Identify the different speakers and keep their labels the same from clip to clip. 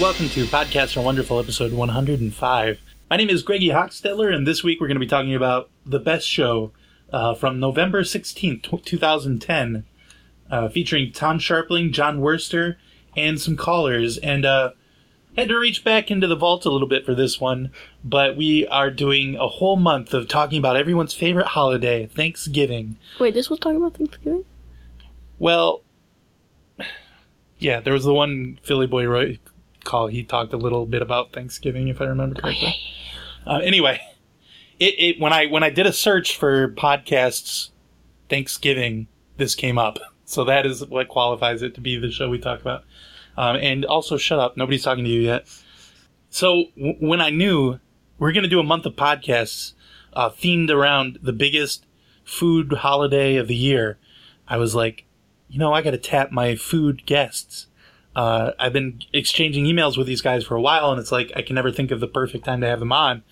Speaker 1: welcome to Podcasts Are Wonderful, episode 105. My name is Greggy Hochstetler, and this week we're going to be talking about the best show uh, from November 16th, tw- 2010, uh, featuring Tom Sharpling, John Worster, and some callers. And uh, had to reach back into the vault a little bit for this one, but we are doing a whole month of talking about everyone's favorite holiday, Thanksgiving.
Speaker 2: Wait, this was talking about Thanksgiving?
Speaker 1: Well, yeah, there was the one Philly Boy Roy call. He talked a little bit about Thanksgiving, if I remember correctly. Uh, anyway, it, it when I when I did a search for podcasts Thanksgiving, this came up. So that is what qualifies it to be the show we talk about. Um, and also, shut up. Nobody's talking to you yet. So w- when I knew we're going to do a month of podcasts uh, themed around the biggest food holiday of the year, I was like, you know, I got to tap my food guests. Uh, I've been exchanging emails with these guys for a while, and it's like I can never think of the perfect time to have them on.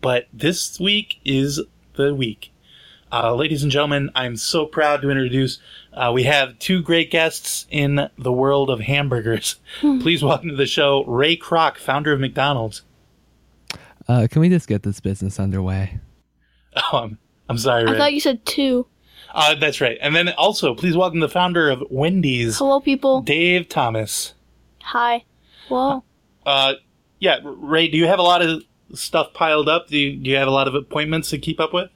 Speaker 1: But this week is the week. Uh, ladies and gentlemen, I'm so proud to introduce. Uh, we have two great guests in the world of hamburgers.
Speaker 2: Hmm.
Speaker 1: Please welcome to the show Ray Kroc, founder of McDonald's.
Speaker 3: Uh, can we just get this business underway?
Speaker 1: Oh, I'm, I'm sorry,
Speaker 2: I thought
Speaker 1: Ray.
Speaker 2: you said two.
Speaker 1: uh, that's right. And then also, please welcome the founder of Wendy's,
Speaker 2: Hello, people.
Speaker 1: Dave Thomas.
Speaker 2: Hi. Whoa.
Speaker 1: Uh, yeah, Ray, do you have a lot of stuff piled up? Do you, do you have a lot of appointments to keep up with?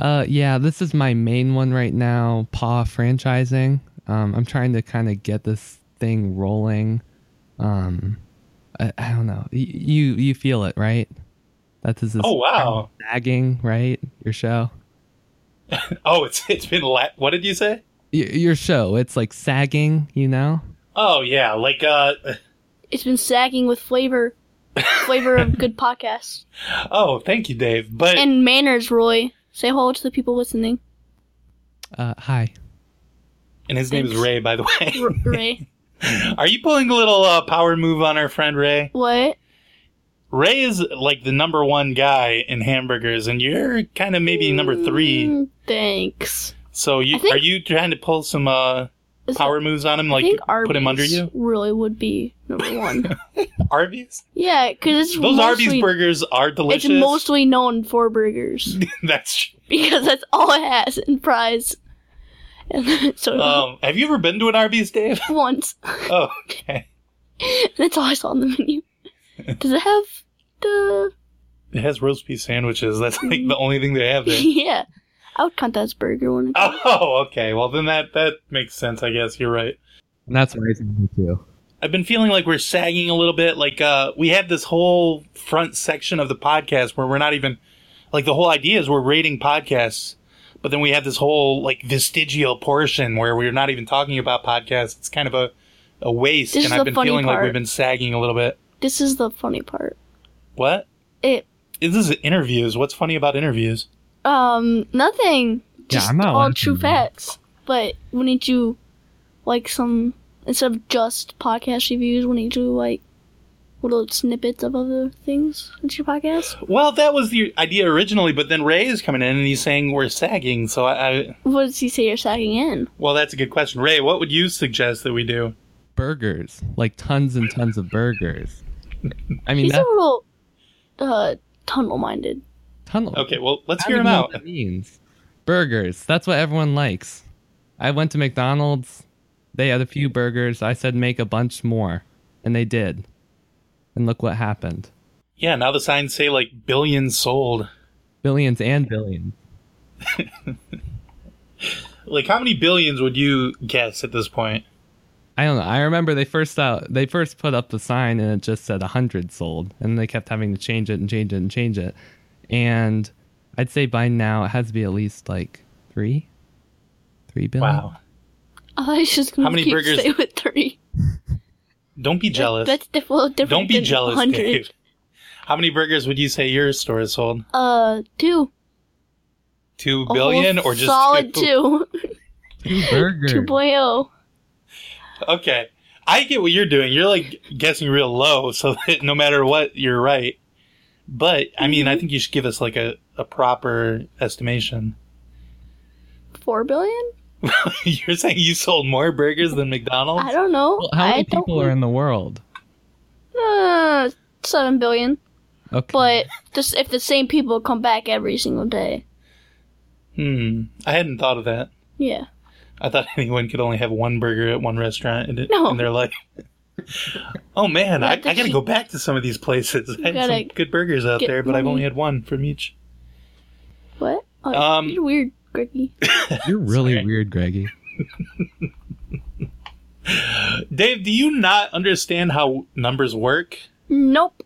Speaker 3: Uh, yeah, this is my main one right now. Paw franchising. Um, I'm trying to kind of get this thing rolling. Um, I, I don't know. Y- you you feel it, right? That's this.
Speaker 1: Oh wow!
Speaker 3: Nagging, right? Your show.
Speaker 1: Oh, it's it's been la- what did you say?
Speaker 3: Y- your show. It's like sagging. You know.
Speaker 1: Oh yeah, like uh
Speaker 2: It's been sagging with flavor. Flavor of good podcasts.
Speaker 1: oh, thank you, Dave. But
Speaker 2: And manners, Roy. Say hello to the people listening.
Speaker 3: Uh, hi.
Speaker 1: and his name is
Speaker 2: thanks.
Speaker 1: Ray, by the
Speaker 2: R-
Speaker 1: way.
Speaker 2: Ray.
Speaker 1: Are you pulling a little uh, power move on our friend Ray?
Speaker 2: What?
Speaker 1: Ray is like the number one guy in hamburgers, and you're kind of maybe number three.
Speaker 2: Mm, Thanks.
Speaker 1: So you
Speaker 2: I think-
Speaker 1: are you trying to pull some uh
Speaker 2: Is
Speaker 1: power moves on him,
Speaker 2: I
Speaker 1: like
Speaker 2: think
Speaker 1: put him under
Speaker 2: Arby's
Speaker 1: you?
Speaker 2: Really would be number one.
Speaker 1: Arby's?
Speaker 2: yeah, because it's
Speaker 1: Those
Speaker 2: mostly,
Speaker 1: Arby's burgers are delicious.
Speaker 2: It's mostly known for burgers
Speaker 1: That's true.
Speaker 2: because that's all it has and fries. And so
Speaker 1: Um, have you ever been to an Arby's, Dave?
Speaker 2: once.
Speaker 1: Oh, okay.
Speaker 2: That's all I saw on the menu. Does it have the
Speaker 1: It has roast beef sandwiches. That's like the only thing they have there.
Speaker 2: yeah? I would count that as burger one.
Speaker 1: Oh, okay. Well, then that that makes sense. I guess you're right.
Speaker 3: And that's what I think too.
Speaker 1: I've been feeling like we're sagging a little bit. Like uh, we have this whole front section of the podcast where we're not even like the whole idea is we're rating podcasts, but then we have this whole like vestigial portion where we're not even talking about podcasts. It's kind of a a waste,
Speaker 2: This
Speaker 1: and
Speaker 2: is
Speaker 1: I've
Speaker 2: the
Speaker 1: been
Speaker 2: funny
Speaker 1: feeling like
Speaker 2: part.
Speaker 1: we've been sagging a little bit.
Speaker 2: This is the funny part.
Speaker 1: What?
Speaker 2: It
Speaker 1: This is interviews. What's funny about interviews?
Speaker 2: um nothing.
Speaker 3: Yeah,
Speaker 2: Just
Speaker 3: I'm not
Speaker 2: all
Speaker 3: laughing,
Speaker 2: true
Speaker 3: man.
Speaker 2: facts. But wouldn't you like some instead of just podcast reviews? Wouldn't you do like little snippets of other things into your podcast?
Speaker 1: Well, that was the idea originally, but then Ray is coming in and he's saying we're sagging. So I, I
Speaker 2: What does he say you're sagging in?
Speaker 1: well, that's a good question. Ray, what would you suggest that we do?
Speaker 3: Burgers, like tons and tons of burgers. I mean,
Speaker 2: He's
Speaker 3: that
Speaker 2: a little uh tunnel minded.
Speaker 3: tunnel.
Speaker 1: Okay, well, let's
Speaker 3: I
Speaker 1: hear
Speaker 3: don't
Speaker 1: him
Speaker 3: know
Speaker 1: out.
Speaker 3: what that means. Burgers. That's what everyone likes. I went to McDonald's. They had a few burgers. I said make a bunch more, and they did. And look what happened.
Speaker 1: Yeah, now the signs say like billions sold.
Speaker 3: Billions and billions.
Speaker 1: Like, how many billions would you guess at this point?
Speaker 3: I don't know. I remember they first out. They first put up the sign, and it just said hundred sold, and they kept having to change it and change it and change it. And I'd say by now it has to be at least like three, three billion.
Speaker 1: Wow.
Speaker 2: I thought he was just gonna
Speaker 1: How many
Speaker 2: keep
Speaker 1: burgers-
Speaker 2: stay with three.
Speaker 1: Don't be jealous.
Speaker 2: That's diff- well, different.
Speaker 1: Don't be
Speaker 2: than
Speaker 1: jealous,
Speaker 2: 100.
Speaker 1: Dave. How many burgers would you say your store has sold?
Speaker 2: Uh, two.
Speaker 1: Two
Speaker 2: A
Speaker 1: billion
Speaker 2: whole
Speaker 1: or just
Speaker 2: solid two.
Speaker 3: Two burgers.
Speaker 2: Two point oh.
Speaker 1: Okay. I get what you're doing. You're like guessing real low so that no matter what, you're right. But, I mean,
Speaker 2: Mm-hmm.
Speaker 1: I think you should give us like a, a proper estimation.
Speaker 2: Four billion?
Speaker 1: you're saying you sold more burgers than McDonald's?
Speaker 2: I don't know.
Speaker 3: Well, How many
Speaker 2: I
Speaker 3: people are in the world?
Speaker 2: Uh, seven billion.
Speaker 3: Okay.
Speaker 2: But just if the same people come back every single day,
Speaker 1: Hmm. I hadn't thought of that.
Speaker 2: yeah.
Speaker 1: I thought anyone could only have one burger at one restaurant in,
Speaker 2: No.
Speaker 1: in their life. oh man,
Speaker 2: Yeah,
Speaker 1: I, I
Speaker 2: did
Speaker 1: gotta
Speaker 2: you-
Speaker 1: go back to some of these places. I had
Speaker 2: gotta
Speaker 1: some good burgers out
Speaker 2: get
Speaker 1: there, but I've
Speaker 2: money.
Speaker 1: only had one from each.
Speaker 2: What? Oh,
Speaker 1: Um,
Speaker 2: you're weird, Greggy.
Speaker 3: You're really
Speaker 1: Sorry.
Speaker 3: weird, Greggy.
Speaker 1: Dave, do you not understand how numbers work?
Speaker 2: nope.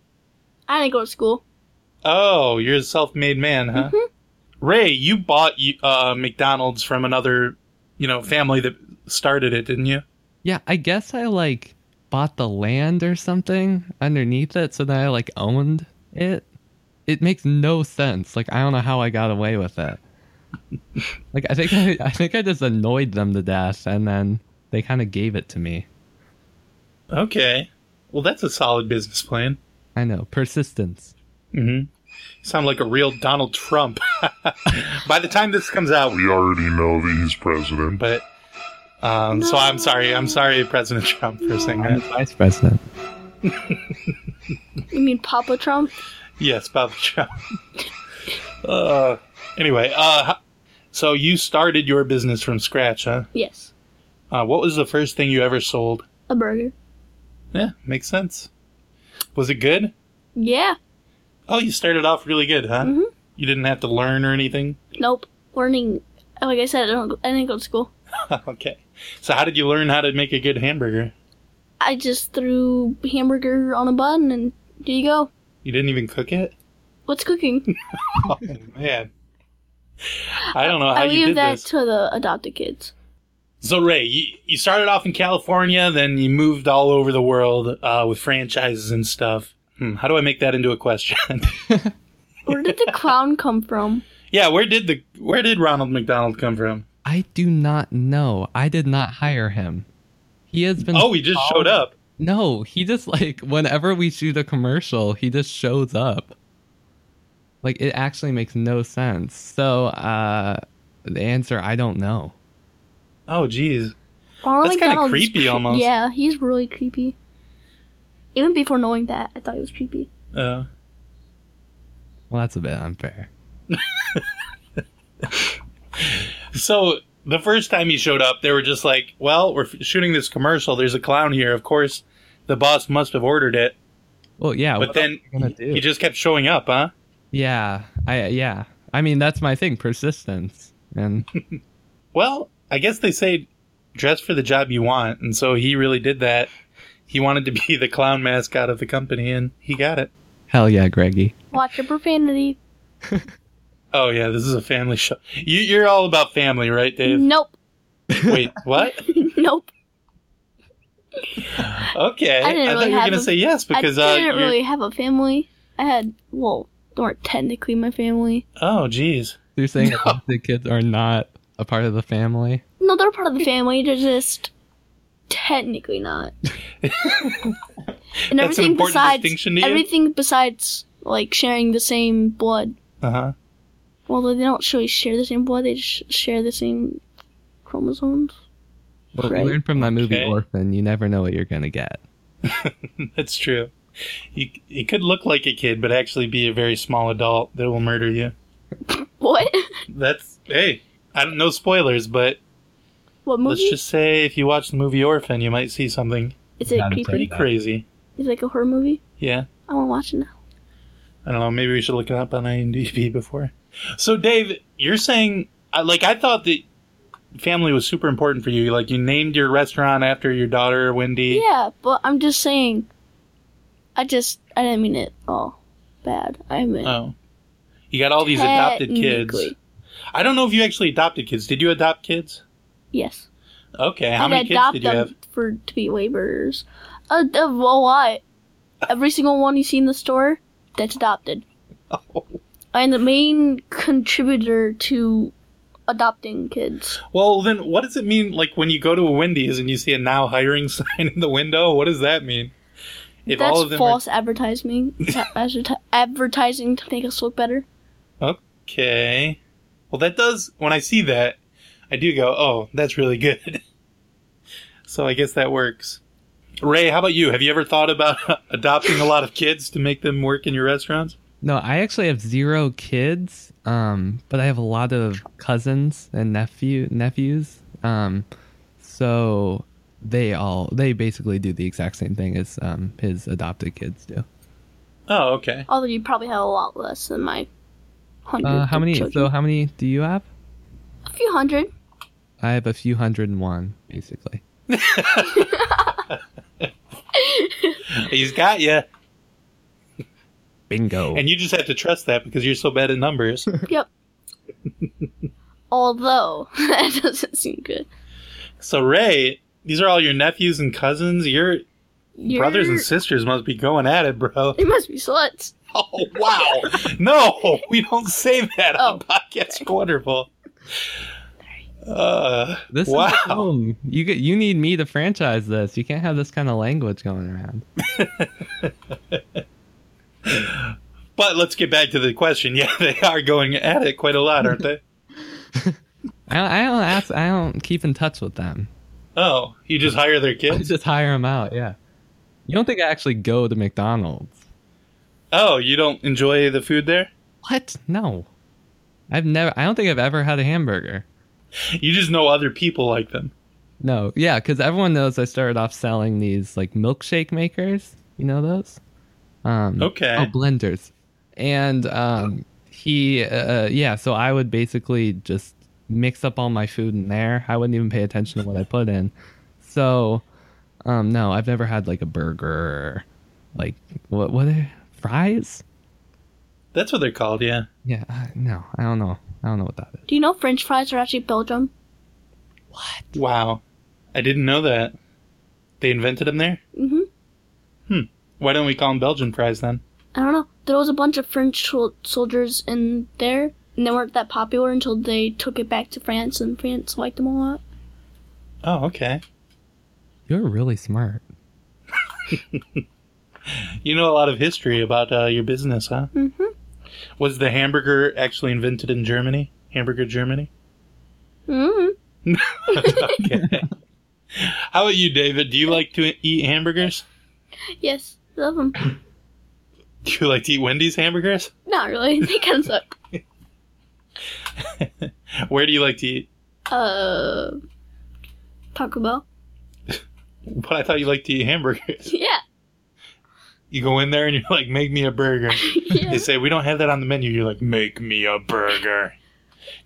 Speaker 2: I didn't go to school.
Speaker 1: Oh, you're a self-made man, huh?
Speaker 2: Mm-hmm.
Speaker 1: Ray, you bought you- uh, McDonald's from another, you know, family that started it, didn't you?
Speaker 3: Yeah, I guess I like bought the land or something underneath it, so that I like owned it. It makes no sense. Like I don't know how I got away with it. like I think I, I think I just annoyed them to death, and then they kind of gave it to me.
Speaker 1: Okay. Well, that's a solid business plan.
Speaker 3: I know persistence.
Speaker 1: Mm-hmm. Sound like a real Donald Trump. By the time this comes out,
Speaker 4: We already know that he's president.
Speaker 1: but um, so I'm sorry. I'm sorry, President Trump, for saying
Speaker 3: I'm the
Speaker 1: that.
Speaker 3: vice president.
Speaker 2: You mean Papa Trump?
Speaker 1: Yes, Bob Trump. uh, anyway, uh, h- so you started your business from scratch, huh?
Speaker 2: Yes.
Speaker 1: Uh, what was the first thing you ever sold?
Speaker 2: A burger.
Speaker 1: Yeah, makes sense. Was it good?
Speaker 2: Yeah.
Speaker 1: Oh, you started off really good, huh?
Speaker 2: Mhm.
Speaker 1: You didn't have to learn or anything.
Speaker 2: Nope. Learning. Like I said, I don't. I didn't go to school.
Speaker 1: okay. So how did you learn how to make a good hamburger?
Speaker 2: I just threw hamburger on a bun, and there you go.
Speaker 1: You didn't even cook it.
Speaker 2: What's cooking?
Speaker 1: Oh man, I don't know how
Speaker 2: I
Speaker 1: you
Speaker 2: leave
Speaker 1: did
Speaker 2: that
Speaker 1: this.
Speaker 2: to the adopted kids.
Speaker 1: So Ray, you, you started off in California, then you moved all over the world uh, with franchises and stuff. Hmm, how do I make that into a question?
Speaker 2: Where did the crown come from?
Speaker 1: yeah, where did the where did Ronald McDonald come from?
Speaker 3: I do not know. I did not hire him. He has been.
Speaker 1: Oh, he just showed up.
Speaker 3: No, he just like whenever we shoot a commercial, he just shows up. Like it actually makes no sense. So uh the answer I don't know.
Speaker 1: Oh, geez.
Speaker 2: Ronald
Speaker 1: That's kinda
Speaker 2: McDonald's is
Speaker 1: creepy almost.
Speaker 2: Yeah, he's really creepy. Even before knowing that, I thought he was creepy.
Speaker 1: Uh,
Speaker 3: Well that's a bit unfair.
Speaker 1: so the first time he showed up, they were just like, "Well, we're f- shooting this commercial. There's a clown here. Of course, the boss must have ordered it."
Speaker 3: Well yeah,
Speaker 1: But
Speaker 3: what
Speaker 1: then
Speaker 3: else are you gonna do?
Speaker 1: he just kept showing up, huh?
Speaker 3: Yeah. I yeah. I mean that's my thing, persistence. And
Speaker 1: Well, I guess they say dress for the job you want, and so he really did that. He wanted to be the clown mascot of the company, and he got it.
Speaker 3: hell yeah, Greggy.
Speaker 2: Watch your profanity.
Speaker 1: Oh yeah, this is a family show. You, you're all about family, right, Dave?
Speaker 2: Nope.
Speaker 1: Wait, what?
Speaker 2: Nope.
Speaker 1: Okay,
Speaker 2: I didn't
Speaker 1: thought
Speaker 2: really
Speaker 1: you were
Speaker 2: have
Speaker 1: gonna
Speaker 2: a-
Speaker 1: say yes because
Speaker 2: I
Speaker 1: uh,
Speaker 2: didn't
Speaker 1: you're-
Speaker 2: really have a family. I had, well, they weren't technically my family.
Speaker 1: oh geez,
Speaker 3: You're saying adopted kids are not a part of the family?
Speaker 2: No, they're part of the family. They're just technically not. and
Speaker 1: that's an
Speaker 2: everything
Speaker 1: important
Speaker 2: besides
Speaker 1: distinction to you.
Speaker 2: everything besides like sharing the same blood.
Speaker 1: uh huh.
Speaker 2: Although they don't really share the same blood, they just share the same chromosomes.
Speaker 3: Well,
Speaker 2: Right.
Speaker 3: learn from that movie
Speaker 1: Okay.
Speaker 3: Orphan, you never know what you're gonna get.
Speaker 1: That's true. You you could look like a kid, but actually be a very small adult that will murder you.
Speaker 2: What?
Speaker 1: That's hey, I don't no spoilers, but
Speaker 2: what
Speaker 1: let's
Speaker 2: movie?
Speaker 1: just say if you watch the movie Orphan, you might see something
Speaker 2: Is it
Speaker 3: Not
Speaker 2: creepy?
Speaker 1: pretty
Speaker 3: Yeah.
Speaker 1: crazy.
Speaker 2: Is it like a horror movie?
Speaker 1: Yeah.
Speaker 2: I want to watch it now.
Speaker 1: I don't know. Maybe we should look it up on IMDb before. So, Dave, you're saying I- like I thought that family was super important for you. Like you named your restaurant after your daughter, Wendy.
Speaker 2: Yeah, but I'm just saying. I just I didn't mean it all bad. I meant
Speaker 1: Oh, you got all these adopted kids.
Speaker 2: technically.
Speaker 1: I don't know if you actually adopted kids. Did you adopt kids?
Speaker 2: Yes.
Speaker 1: Okay, how
Speaker 2: I'd
Speaker 1: many kids
Speaker 2: adopt
Speaker 1: did you
Speaker 2: them
Speaker 1: have?
Speaker 2: for to be laborers. Uh, A, a, a lot. Every single one you see in the store that's adopted.
Speaker 1: Oh.
Speaker 2: And the main contributor to adopting kids.
Speaker 1: Well, then, what does it mean? Like when you go to a Wendy's and you see a now hiring sign in the window, what does that mean? If
Speaker 2: that's
Speaker 1: all of them
Speaker 2: false advertising. adverti- advertising to make us look better.
Speaker 1: are okay, well, that does. When I see that, I do go, "Oh, that's really good." so I guess that works. Ray, how about you? Have you ever thought about adopting a lot of kids to make them work in your restaurants?
Speaker 3: No, I actually have zero kids, um, but I have a lot of cousins and nephew nephews. Um, so they all they basically do the exact same thing as um, his adopted kids do.
Speaker 1: Oh, okay.
Speaker 2: Although you probably have a lot less than my hundred.
Speaker 3: Uh, how many?
Speaker 2: children.
Speaker 3: So how many do you have?
Speaker 2: a few hundred.
Speaker 3: I have a few hundred and one, basically.
Speaker 1: He's got you.
Speaker 3: Bingo.
Speaker 1: And you just have to trust that because you're so bad at numbers.
Speaker 2: Yep. Although that doesn't seem good.
Speaker 1: so, Ray, these are all your nephews and cousins. Your
Speaker 2: Your
Speaker 1: brothers and sisters must be going at it, bro.
Speaker 2: They must be sluts.
Speaker 1: Oh, wow. no, we don't say that on
Speaker 2: Oh,
Speaker 1: Podcast Wonderful. Uh,
Speaker 3: this
Speaker 1: wow.
Speaker 3: is the problem. you get you need me to franchise this. You can't have this kind of language going around.
Speaker 1: But let's get back to the question. Yeah, they are going at it quite a lot, aren't they?
Speaker 3: I don't, I don't ask. I don't keep in touch with them.
Speaker 1: Oh, you just hire their
Speaker 3: I
Speaker 1: kids?
Speaker 3: just hire them out. Yeah. You don't think I actually go to McDonald's?
Speaker 1: Oh, you don't enjoy the food there?
Speaker 3: What? No. I've never. I don't think I've ever had a hamburger.
Speaker 1: You just know other people like them.
Speaker 3: No. Yeah, because everyone knows I started off selling these like milkshake makers. You know those? Um,
Speaker 1: Okay.
Speaker 3: Oh, blenders. And um, he, uh, yeah. So I would basically just mix up all my food in there. I wouldn't even pay attention to what I put in. So, um, no, I've never had like a burger, or, like what? What are fries?
Speaker 1: That's what they're called, yeah.
Speaker 3: Yeah. Uh, no, I don't know. I don't know what that is.
Speaker 2: Do you know French fries are actually Belgium?
Speaker 1: Wow. I didn't know that. They invented them there?
Speaker 2: Mm-hmm.
Speaker 1: Why don't we call them Belgian fries then?
Speaker 2: I don't know. There was a bunch of French sol- soldiers in there, and they weren't that popular until they took it back to France, and France liked them a lot.
Speaker 1: Oh, okay.
Speaker 3: You're really smart.
Speaker 1: You know a lot of history about uh, your business, huh?
Speaker 2: Mm-hmm.
Speaker 1: Was the hamburger actually invented in Germany? Hamburger Germany?
Speaker 2: Mm-hmm.
Speaker 1: Okay. How about you, David? Do you like to eat hamburgers?
Speaker 2: Yes, love them.
Speaker 1: Do you like to eat Wendy's hamburgers?
Speaker 2: Not really. They kind of suck.
Speaker 1: Where do you like to eat?
Speaker 2: Uh, Taco Bell.
Speaker 1: But I thought you liked to eat hamburgers.
Speaker 2: Yeah.
Speaker 1: You go in there and you're like, make me a burger.
Speaker 2: yeah.
Speaker 1: They say, we don't have that on the menu. You're like, make me a burger.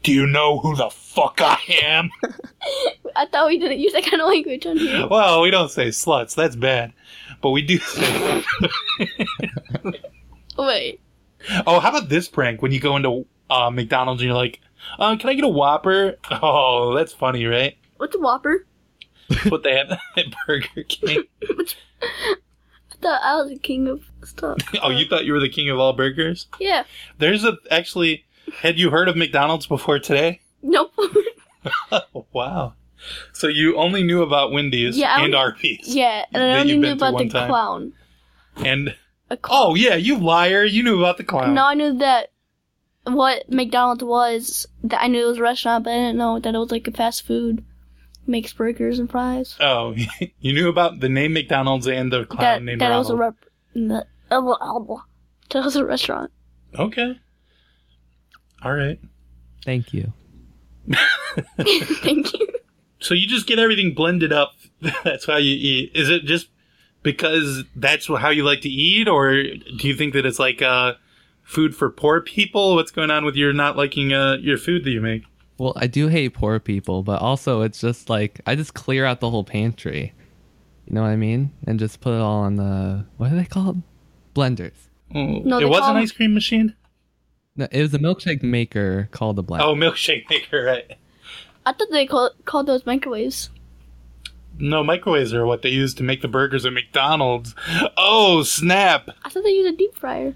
Speaker 1: Do you know who the fuck I am?
Speaker 2: I thought we didn't use that kind of language on here.
Speaker 1: well, we don't say sluts. That's bad. But we do say.
Speaker 2: Wait.
Speaker 1: oh, how about this prank when you go into uh, McDonald's and you're like, uh, can I get a Whopper? Oh, that's funny, right?
Speaker 2: What's a Whopper?
Speaker 1: What they have at Burger King.
Speaker 2: I thought I was the king of stuff.
Speaker 1: Oh, you thought you were the king of all burgers?
Speaker 2: Yeah.
Speaker 1: There's a actually. Had you heard of McDonald's before today?
Speaker 2: Nope.
Speaker 1: Oh, wow. So you only knew about Wendy's
Speaker 2: Yeah, I
Speaker 1: and
Speaker 2: only-
Speaker 1: Arby's.
Speaker 2: yeah, and I
Speaker 1: That
Speaker 2: only
Speaker 1: you've
Speaker 2: knew
Speaker 1: been to
Speaker 2: about
Speaker 1: one
Speaker 2: the
Speaker 1: time.
Speaker 2: clown.
Speaker 1: And
Speaker 2: A clown.
Speaker 1: oh yeah, you liar! You knew about the clown.
Speaker 2: No, I knew that what McDonald's was. That I knew it was a restaurant, but I didn't know that it was like a fast food. Makes burgers and fries.
Speaker 1: Oh, you knew about the name McDonald's and the clown
Speaker 2: that
Speaker 1: named
Speaker 2: that
Speaker 1: Ronald.
Speaker 2: was a rep. That, uh, blah, blah, blah. that was a restaurant.
Speaker 1: okay. All right.
Speaker 3: Thank you.
Speaker 2: Thank you.
Speaker 1: So you just get everything blended up. that's how you eat. Is it just because that's how you like to eat, or do you think that it's like uh, food for poor people? What's going on with your not liking uh, your food that you make?
Speaker 3: Well, I do hate poor people, but also it's just like I just clear out the whole pantry. You know what I mean? And just put it all on the what are they called? Blenders.
Speaker 2: No,
Speaker 1: it
Speaker 2: they
Speaker 1: was
Speaker 2: call
Speaker 1: an
Speaker 2: 'em-
Speaker 1: ice cream machine.
Speaker 3: No, it was a milkshake maker called the blender.
Speaker 1: Oh, milkshake maker, right?
Speaker 2: I thought they call, called those microwaves.
Speaker 1: No, microwaves are what they use to make the burgers at McDonald's. Oh, snap!
Speaker 2: I thought they used a deep fryer.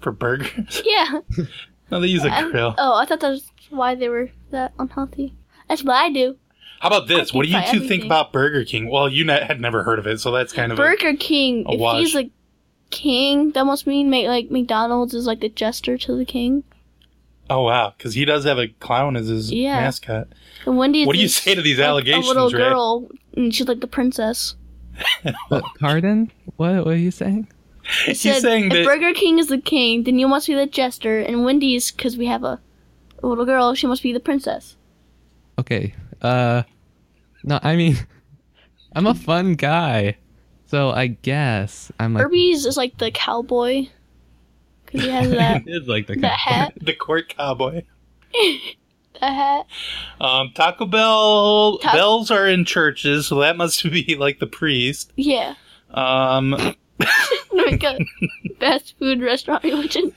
Speaker 1: For burgers?
Speaker 2: Yeah.
Speaker 1: No, they use a
Speaker 2: I-
Speaker 1: grill.
Speaker 2: oh, I thought that's why they were that unhealthy. That's what I do.
Speaker 1: How about this?
Speaker 2: I
Speaker 1: What do you two
Speaker 2: think by
Speaker 1: think
Speaker 2: everything.
Speaker 1: about Burger King? Well, you ne- had never heard of it, so that's kind of a-
Speaker 2: Burger King.
Speaker 1: a
Speaker 2: if he's
Speaker 1: wash.
Speaker 2: a king, that must mean make, like McDonald's is like the jester to the king.
Speaker 1: oh wow, because he does have a clown as his
Speaker 2: Yeah.
Speaker 1: mascot.
Speaker 2: And Wendy's.
Speaker 1: What do you
Speaker 2: is,
Speaker 1: say to these
Speaker 2: like,
Speaker 1: allegations,
Speaker 2: A little
Speaker 1: Ray?
Speaker 2: girl, and she's like the princess.
Speaker 3: But, pardon? What, what are you saying?
Speaker 2: It
Speaker 1: He's saying
Speaker 2: if
Speaker 1: that-
Speaker 2: Burger King is the king, then you must be the jester, and Wendy's, because we have a, a little girl, she must be the princess.
Speaker 3: Okay. Uh, no, I mean, I'm a fun guy, so I guess I'm like
Speaker 2: Irby's is like the cowboy, because he has that,
Speaker 3: It is like the
Speaker 2: that hat.
Speaker 1: the court cowboy.
Speaker 2: That hat.
Speaker 1: Um, Taco Bell
Speaker 2: Ta-
Speaker 1: bells are in churches, so that must be like the priest.
Speaker 2: Yeah.
Speaker 1: Um,
Speaker 2: Like a fast food restaurant religion.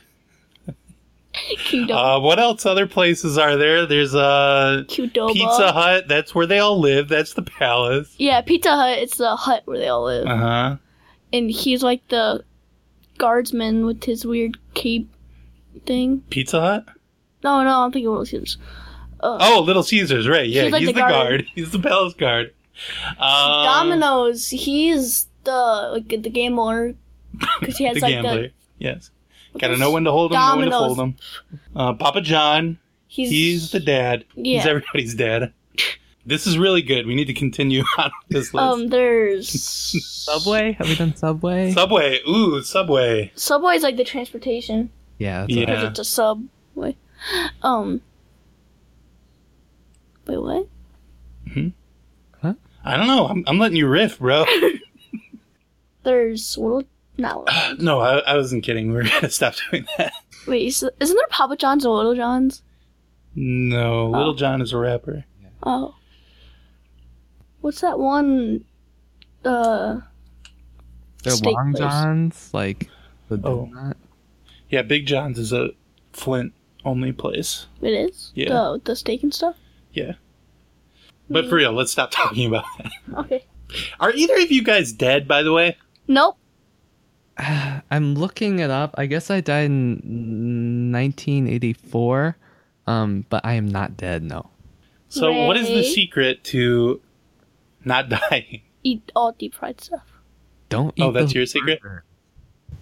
Speaker 2: Kingdom.
Speaker 1: uh, what else? Other places are there? There's uh,
Speaker 2: Qdoba.
Speaker 1: Pizza Hut. That's where they all live. That's the palace.
Speaker 2: Yeah, Pizza Hut. It's the hut where they all live,
Speaker 1: Uh huh.
Speaker 2: and he's like the guardsman with his weird cape thing.
Speaker 1: Pizza Hut.
Speaker 2: No, no, I'm thinking Little Caesars.
Speaker 1: Oh, Little Caesars, right? Yeah, he's,
Speaker 2: He's like
Speaker 1: the,
Speaker 2: the
Speaker 1: guard.
Speaker 2: guard.
Speaker 1: He's the palace guard. Um,
Speaker 2: Domino's. He's the like the gambler because he has
Speaker 1: the
Speaker 2: like
Speaker 1: gambler.
Speaker 2: the
Speaker 1: yes,
Speaker 2: what
Speaker 1: gotta
Speaker 2: is-
Speaker 1: know when to hold him, know when to
Speaker 2: Domino's.
Speaker 1: fold him. Uh, Papa John.
Speaker 2: He's,
Speaker 1: He's the dad. He's
Speaker 2: Yeah.
Speaker 1: everybody's dad. This is really good. We need to continue on with this list.
Speaker 2: um. There's
Speaker 3: Subway. Have we done
Speaker 2: Um,
Speaker 3: Subway?
Speaker 1: Subway. Ooh, Subway.
Speaker 2: Subway's like the transportation
Speaker 3: yeah. That's
Speaker 1: Yeah.
Speaker 2: because it's a subway. Um. Wait, what?
Speaker 1: I don't know. I'm, I'm letting you riff, bro.
Speaker 2: There's little not. Little,
Speaker 1: no, I, I wasn't kidding. We're gonna stop doing that.
Speaker 2: wait, is, isn't there Papa John's and Little John's?
Speaker 1: No,
Speaker 2: Oh.
Speaker 1: Little John is a rapper.
Speaker 2: Oh. What's that one? Uh,
Speaker 3: They're
Speaker 2: Steak
Speaker 3: long
Speaker 2: place.
Speaker 3: johns, like the
Speaker 1: Oh.
Speaker 3: donut.
Speaker 1: Yeah, Big John's is a Flint only place.
Speaker 2: it is?
Speaker 1: Yeah.
Speaker 2: The, the steak and stuff?
Speaker 1: Yeah. But for real, let's stop talking about that.
Speaker 2: Okay.
Speaker 1: Are either of you guys dead, by the way?
Speaker 2: Nope.
Speaker 3: I'm looking it up. I guess I died in 1984, um, but I am not dead. No.
Speaker 1: So, what is the
Speaker 2: Ray.
Speaker 1: secret to not dying?
Speaker 2: Eat all deep fried stuff.
Speaker 3: Don't eat.
Speaker 1: Oh, that's
Speaker 3: those
Speaker 1: your secret?
Speaker 3: burgers.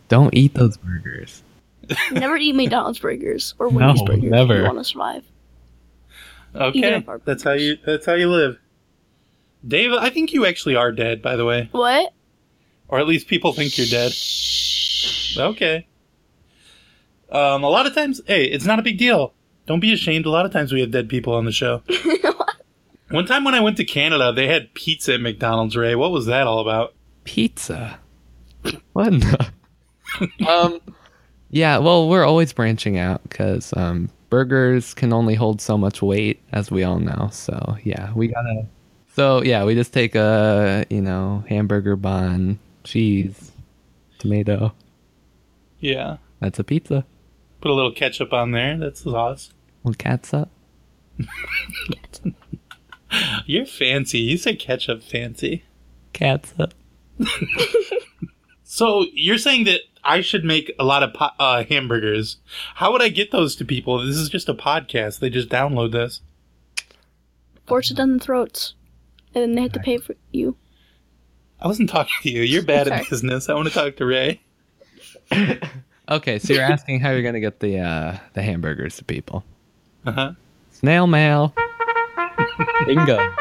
Speaker 3: Don't eat those burgers.
Speaker 2: Never eat McDonald's burgers or
Speaker 3: No,
Speaker 2: Wendy's burgers. if
Speaker 3: never.
Speaker 2: You want to survive.
Speaker 1: Okay,
Speaker 2: up our
Speaker 1: that's how you that's how you live. Dave, I think you actually are dead, by the way,
Speaker 2: What?
Speaker 1: or at least people think you're dead. Okay. Um, a lot of times, hey, it's not a big deal. Don't be ashamed. A lot of times we have dead people on the show. One time when I went to Canada, they had pizza at McDonald's. Ray, what was that all about?
Speaker 3: Pizza. What? in the- um. Yeah. Well, we're always branching out because um, burgers can only hold so much weight, as we all know. So yeah, we gotta. So yeah, we just take a you know hamburger bun, cheese, tomato.
Speaker 1: Yeah,
Speaker 3: That's a pizza.
Speaker 1: put a little ketchup on there. That's sauce.
Speaker 3: Well, cat's up.
Speaker 1: You're fancy. You say ketchup fancy.
Speaker 3: Cat's up.
Speaker 1: So you're saying that I should make a lot of po- uh, hamburgers. How would I get those to people? This is just a podcast. They just download this.
Speaker 2: Force it down their throats. And then they have to pay for you.
Speaker 1: I wasn't talking to you. You're bad at
Speaker 2: Sorry.
Speaker 1: business. I want to talk to Ray.
Speaker 3: Okay, so you're asking how you're gonna get the uh, the hamburgers to people.
Speaker 1: Uh-huh.
Speaker 3: Snail mail. Bingo.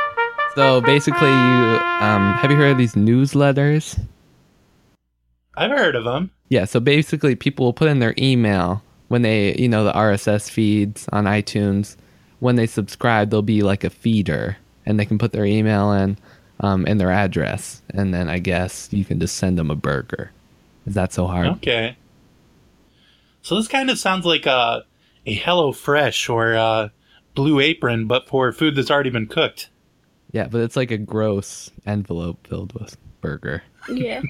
Speaker 3: So basically, you um, have you heard of these newsletters?
Speaker 1: I've heard of them.
Speaker 3: Yeah. So basically, people will put in their email when they, you know, the RSS feeds on iTunes. When they subscribe, there'll be like a feeder, and they can put their email in um, and their address, and then I guess you can just send them a burger. Is that so hard?
Speaker 1: Okay. So this kind of sounds like a, a Hello Fresh or a Blue Apron, but for food that's already been cooked.
Speaker 3: Yeah, but it's like a gross envelope filled with burger.
Speaker 2: Yeah.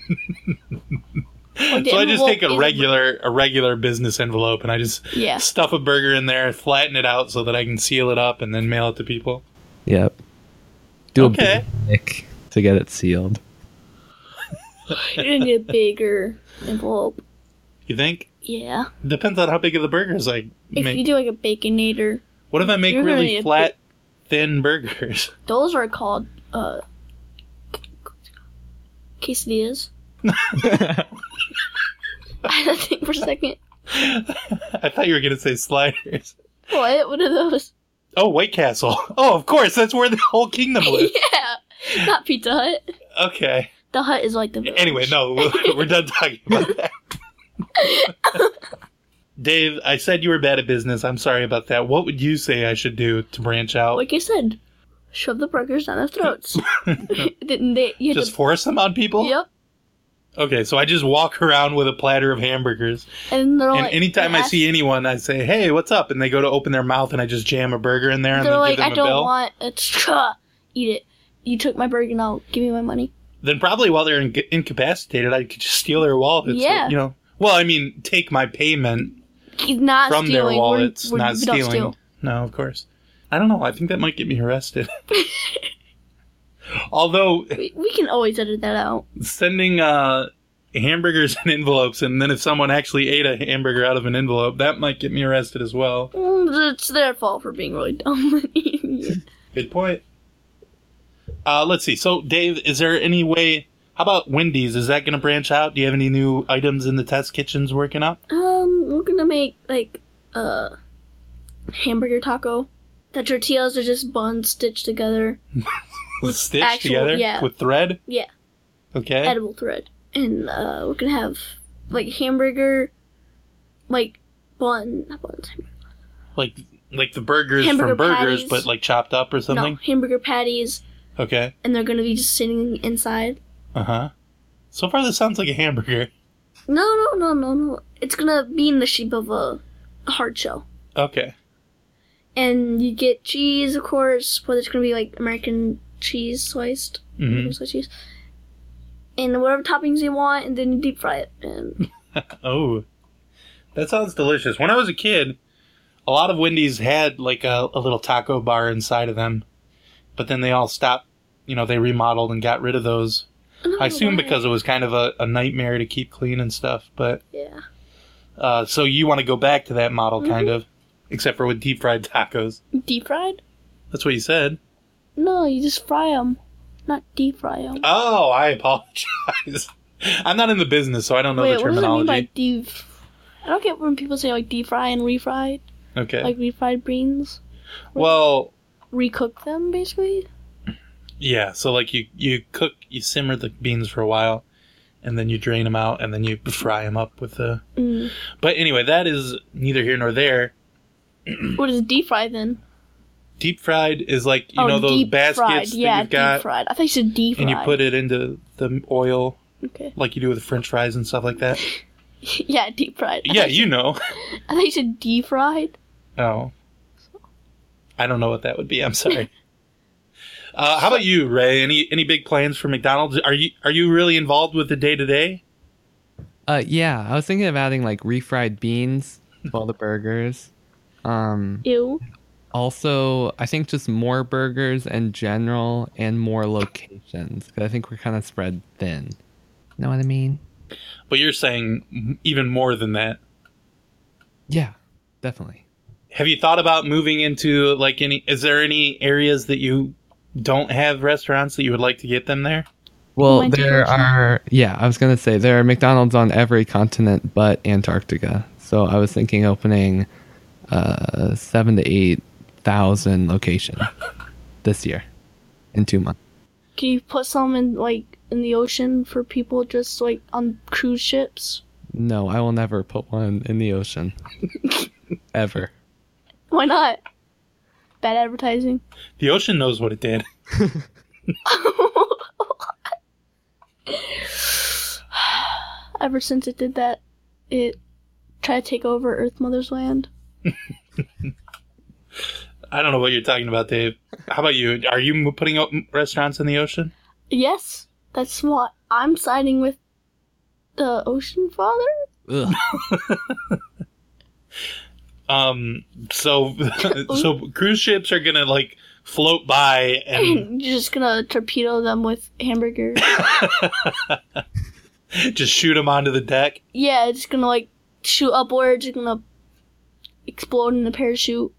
Speaker 1: So I just take a regular a regular business envelope and I just
Speaker 2: Yeah.
Speaker 1: stuff a burger in there, flatten it out so that I can seal it up and then mail it to people.
Speaker 3: Yep. Do
Speaker 1: Okay.
Speaker 3: a big nick to get it sealed.
Speaker 2: You're going to need a bigger envelope.
Speaker 1: You think?
Speaker 2: Yeah.
Speaker 1: Depends on how big of the burgers I
Speaker 2: If
Speaker 1: make.
Speaker 2: you do like a baconator,
Speaker 1: what if I make
Speaker 2: you're gonna need
Speaker 1: really
Speaker 2: a
Speaker 1: flat, thin burgers?
Speaker 2: those are called uh quesadillas. I had to think for a second.
Speaker 1: I thought you were gonna say sliders.
Speaker 2: What? What are those?
Speaker 1: Oh, White Castle. Oh, of course, that's where the whole kingdom lives.
Speaker 2: yeah, not Pizza Hut.
Speaker 1: Okay.
Speaker 2: The hut is like the village.
Speaker 1: Anyway, no, we're- we're done talking about that. Dave, I said you were bad at business. I'm sorry about that. What would you say I should do to branch out?
Speaker 2: Like I said, shove the burgers down their throats. Didn't they? You had
Speaker 1: Just force them on
Speaker 2: to,
Speaker 1: people?
Speaker 2: yep.
Speaker 1: Okay, so I just walk around with a platter of hamburgers.
Speaker 2: And they're
Speaker 1: And
Speaker 2: like,
Speaker 1: anytime I
Speaker 2: ask-
Speaker 1: see anyone, I say, hey, what's up? And they go to open their mouth and I just jam a burger in there and
Speaker 2: they're
Speaker 1: then
Speaker 2: like,
Speaker 1: give them
Speaker 2: I
Speaker 1: a
Speaker 2: don't
Speaker 1: bill.
Speaker 2: want it. Eat it. You took my burger now. Give me my money.
Speaker 1: then probably while they're in- incapacitated, I could just steal their wallet.
Speaker 2: Yeah.
Speaker 1: You know, well, I mean, take my payment
Speaker 2: He's not
Speaker 1: from
Speaker 2: stealing.
Speaker 1: their
Speaker 2: We're-
Speaker 1: wallets,
Speaker 2: we're-
Speaker 1: not
Speaker 2: we
Speaker 1: stealing.
Speaker 2: Don't steal.
Speaker 1: No, of course. I don't know. I think that might get me arrested. Although
Speaker 2: We, we can always edit that out.
Speaker 1: sending uh, hamburgers in envelopes, and then if someone actually ate a hamburger out of an envelope, that might get me arrested as well.
Speaker 2: Mm, It's their fault for being really dumb.
Speaker 1: Good point. Uh, let's see. So, Dave, is there any way? How about Wendy's? Is that going to branch out? Do you have any new items in the test kitchens working up?
Speaker 2: um, we're gonna make like uh hamburger taco. The tortillas are just buns stitched together,
Speaker 1: Stitched
Speaker 2: actual-
Speaker 1: together
Speaker 2: yeah.
Speaker 1: with thread.
Speaker 2: Yeah.
Speaker 1: Okay.
Speaker 2: edible thread, and uh, we're gonna have like hamburger, like bun, not buns,
Speaker 1: like like the burgers
Speaker 2: Hamburger
Speaker 1: from burgers,
Speaker 2: patties.
Speaker 1: but like chopped up or
Speaker 2: no
Speaker 1: something.
Speaker 2: hamburger patties,
Speaker 1: Okay.
Speaker 2: and they're gonna be just sitting inside.
Speaker 1: Uh huh. So far, this sounds like a hamburger.
Speaker 2: No, no, no, no, no. It's gonna be in the shape of a hard shell.
Speaker 1: Okay.
Speaker 2: and you get cheese, of course, but it's gonna be like American cheese sliced,
Speaker 1: hmm
Speaker 2: sliced cheese, and whatever toppings you want, and then you deep fry it. And
Speaker 1: Oh, that sounds delicious. When I was a kid, a lot of Wendy's had like a, a little taco bar inside of them, but then they all stopped. You know, they remodeled and got rid of those.
Speaker 2: don't
Speaker 1: I
Speaker 2: know
Speaker 1: assume
Speaker 2: why.
Speaker 1: because it was kind of a, a nightmare to keep clean and stuff. But
Speaker 2: yeah,
Speaker 1: uh, so you want to go back to that model,
Speaker 2: Mm-hmm.
Speaker 1: kind of, except for with deep fried tacos.
Speaker 2: deep fried?
Speaker 1: That's what you said.
Speaker 2: No, you just fry them, not deep fry them.
Speaker 1: Oh, I apologize. I'm not in the business, so I don't know
Speaker 2: Wait,
Speaker 1: the
Speaker 2: what does it mean by
Speaker 1: terminology.
Speaker 2: deep? I don't get when people say like deep fry and refried,
Speaker 1: Okay.
Speaker 2: like refried beans,
Speaker 1: well,
Speaker 2: recook them basically.
Speaker 1: yeah. So like you you cook you simmer the beans for a while, and then you drain them out, and then you fry them up with the.
Speaker 2: Mm.
Speaker 1: But anyway, that is neither here nor there.
Speaker 2: Mm. What is deep fry then?
Speaker 1: Deep fried is like you
Speaker 2: oh,
Speaker 1: know those
Speaker 2: deep
Speaker 1: baskets
Speaker 2: fried.
Speaker 1: that
Speaker 2: Yeah,
Speaker 1: you've got,
Speaker 2: deep fried. I thought you said deep fried.
Speaker 1: and you put it into the oil
Speaker 2: Okay.
Speaker 1: like you do with French fries and stuff like that.
Speaker 2: yeah, deep fried. I
Speaker 1: yeah,
Speaker 2: thought
Speaker 1: you know.
Speaker 2: I thought you said defried.
Speaker 1: Oh, I don't know what that would be. I'm sorry. Uh, how about you, Ray? Any any big plans for McDonald's? Are you are you really involved with the day to day?
Speaker 3: Uh, yeah, I was thinking of adding like refried beans to all the burgers. Um,
Speaker 2: Ew.
Speaker 3: also, I think just more burgers in general and more locations 'cause I think we're kind of spread thin. Know what I mean?
Speaker 1: But you're saying m- even more than that.
Speaker 3: Yeah, definitely.
Speaker 1: Have you thought about moving into like any? Is there any areas that you don't have restaurants that you would like to get them there?
Speaker 3: Well,
Speaker 2: Went to
Speaker 3: there
Speaker 2: Russia.
Speaker 3: are. Yeah, I was gonna say there are McDonald's on every continent but Antarctica. So I was thinking opening uh, seven to eight thousand locations this year in two months.
Speaker 2: Can you put some in like in the ocean for people just like on cruise ships?
Speaker 3: No, I will never put one in the ocean. Ever.
Speaker 2: Why not? Bad advertising.
Speaker 1: The ocean knows what it did.
Speaker 2: Ever since it did that, it tried to take over Earth Mother's land.
Speaker 1: I don't know what you're talking about, Dave. How about you? Are you m- putting up restaurants in the ocean?
Speaker 2: Yes, that's what I'm siding with. The Ocean Father.
Speaker 3: Ugh.
Speaker 1: Um. So so cruise ships are gonna like float by and
Speaker 2: You're just gonna torpedo them with hamburgers.
Speaker 1: just shoot them onto the deck.
Speaker 2: Yeah, it's gonna like shoot upwards. It's gonna explode in a parachute.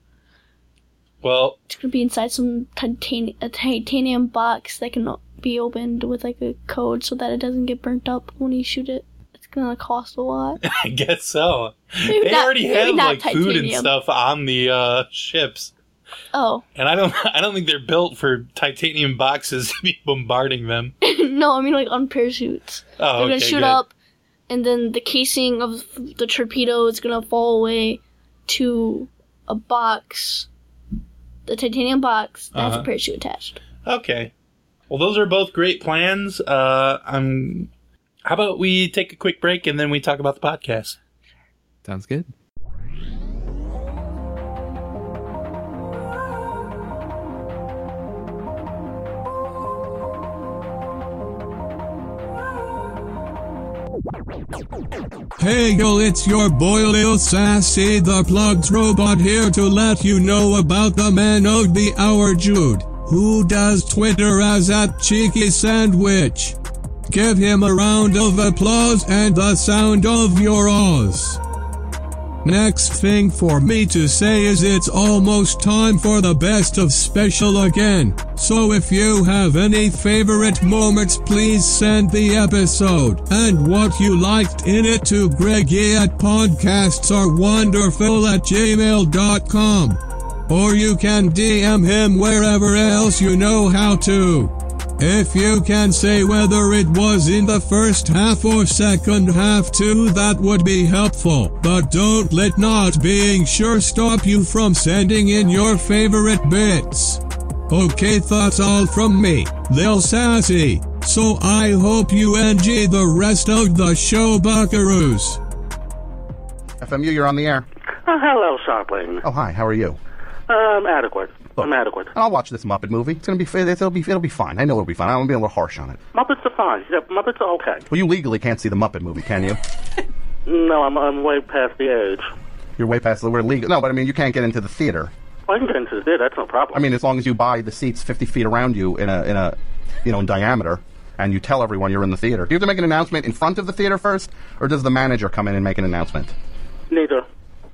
Speaker 1: Well,
Speaker 2: It's gonna be inside some titan- a titanium box that can o- be opened with like a code so that it doesn't get burnt up when you shoot it. It's gonna cost a lot.
Speaker 1: I guess so.
Speaker 2: Maybe
Speaker 1: they
Speaker 2: not-
Speaker 1: already
Speaker 2: maybe
Speaker 1: have
Speaker 2: not
Speaker 1: like food and
Speaker 2: titanium.
Speaker 1: stuff on the uh, ships.
Speaker 2: Oh
Speaker 1: and I don't I don't think they're built for titanium boxes to be bombarding them.
Speaker 2: no, I mean like on parachutes.
Speaker 1: Oh,
Speaker 2: They're
Speaker 1: okay,
Speaker 2: gonna shoot
Speaker 1: good.
Speaker 2: up, and then the casing of the torpedo is gonna fall away to a box, the titanium box that has
Speaker 1: Uh-huh.
Speaker 2: a parachute attached.
Speaker 1: Okay. Well, those are both great plans. Uh, I'm. How about we take a quick break and then we talk about the podcast?
Speaker 3: Sounds good.
Speaker 5: Hey yo, it's your boy Lil Sassy the Plugs Robot here to let you know about the man of the hour Jude, who does Twitter as at Cheeky Sandwich. Give him a round of applause and the sound of your awes. Next thing for me to say is it's almost time for the best of special again, so if you have any favorite moments please send the episode and what you liked in it to Greggy at podcastarewonderful at gmail.com. Or you can DM him wherever else you know how to. If you can say whether it was in the first half or second half too, that would be helpful. But don't let not being sure stop you from sending in your favorite bits. Okay, that's all from me. They'll sassy. So I hope you enjoy the rest of the show, buckaroos.
Speaker 6: FMU, you're on the air.
Speaker 7: Oh, hello, Sockling.
Speaker 6: Oh, hi. How are you?
Speaker 7: Um, adequate.
Speaker 6: Oh.
Speaker 7: I'm adequate.
Speaker 6: And I'll watch this Muppet movie. It's gonna be. It'll be. It'll be fine. I know it'll be fine. I won't be a little harsh on it.
Speaker 7: Muppets are fine. Yeah, Muppets are okay.
Speaker 6: Well, you legally can't see the Muppet movie, can you?
Speaker 7: No, I'm, I'm way past the age.
Speaker 6: You're way past the word legal. No, but I mean, you can't get into the theater.
Speaker 7: Well, I can get into the theater. That's no problem.
Speaker 6: I mean, as long as you buy the seats 50 feet around you in a in a, you know, in diameter, and you tell everyone you're in the theater. Do you have to make an announcement in front of the theater first, or does the manager come in and make an announcement?
Speaker 7: neither.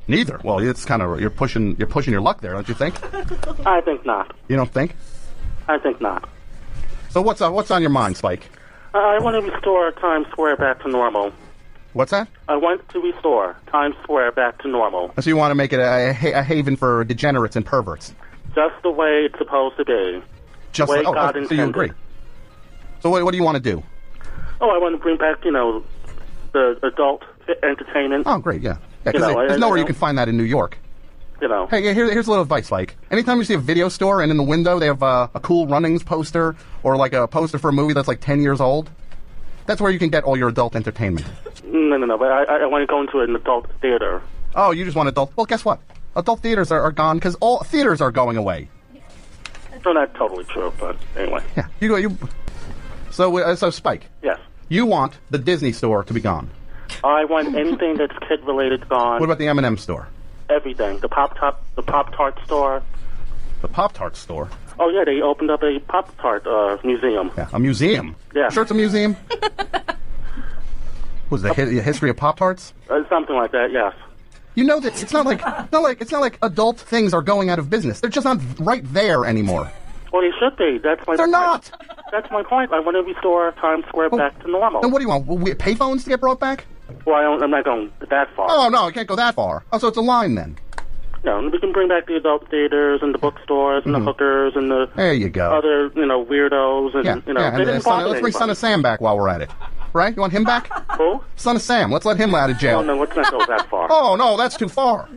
Speaker 6: Neither. Well, it's kind of you're pushing you're pushing your luck there, don't you think?
Speaker 7: I think not.
Speaker 6: You don't think?
Speaker 7: I think not.
Speaker 6: So what's uh, what's on your mind, Spike?
Speaker 7: Uh, I want to restore Times Square back to normal.
Speaker 6: What's that?
Speaker 7: I want to restore Times Square back to normal,
Speaker 6: So you want to make it a, a, ha- a haven for degenerates and perverts?
Speaker 7: just the way it's supposed to be.
Speaker 6: Just
Speaker 7: Way
Speaker 6: like, oh,
Speaker 7: God
Speaker 6: oh, so you
Speaker 7: intended.
Speaker 6: agree? So what, what do you want to do?
Speaker 7: Oh, I want to bring back, you know, the adult entertainment.
Speaker 6: Oh, great, yeah. yeah 'cause
Speaker 7: You know,
Speaker 6: there-
Speaker 7: I-
Speaker 6: there's
Speaker 7: I-
Speaker 6: nowhere
Speaker 7: I
Speaker 6: you can
Speaker 7: don't-
Speaker 6: find that in New York.
Speaker 7: You know.
Speaker 6: Hey, yeah, here, here's a little advice, like anytime you see a video store and in the window they have uh, a cool runnings poster or like a poster for a movie that's like 10 years old, that's where you can get all your adult entertainment.
Speaker 7: No, no, no. But I, I- I want to go into an adult theater.
Speaker 6: Oh, you just want adult? Well, guess what? Adult theaters are, are gone because all theaters are going away.
Speaker 7: No, not totally true, but anyway.
Speaker 6: Yeah, you go. You. So, uh, so Spike,
Speaker 7: Yes.
Speaker 6: you want the Disney store to be gone.
Speaker 7: I want anything that's kid related gone.
Speaker 6: What about the M&M store?
Speaker 7: everything. The pop top, the pop tart store.
Speaker 6: The Pop Tart store?
Speaker 7: Oh yeah, they opened up a pop tart uh, museum.
Speaker 6: Yeah, a museum.
Speaker 7: Yeah.
Speaker 6: Sure, it's a museum. Was the hi- history of Pop Tarts?
Speaker 7: Uh, something like that. Yes.
Speaker 6: You know that it's not like it's not like it's not like adult things are going out of business. They're just not right there anymore.
Speaker 7: Well, they should be. That's my.
Speaker 6: They're
Speaker 7: point.
Speaker 6: not.
Speaker 7: That's my point. I want to restore Times Square back to normal.
Speaker 6: Then what do you want? We, payphones to get brought back?
Speaker 7: well, I don't, I'm not going that far.
Speaker 6: Oh no, it can't go that far. Oh, so it's a line then.
Speaker 7: No, we can bring back the adult theaters and the bookstores and
Speaker 6: Mm-hmm.
Speaker 7: the hookers and Oh, the
Speaker 6: There you go.
Speaker 7: other, you know, weirdos and
Speaker 6: yeah,
Speaker 7: you know.
Speaker 6: yeah. And,
Speaker 7: they
Speaker 6: uh,
Speaker 7: didn't
Speaker 6: Son-
Speaker 7: bother
Speaker 6: let's bring Son of Sam back while we're at it, right? You want him back?
Speaker 7: anybody. Who?
Speaker 6: Son of Sam. Let's let him out of
Speaker 7: Oh
Speaker 6: jail.
Speaker 7: no, let's not go that far.
Speaker 6: Oh no, that's too far.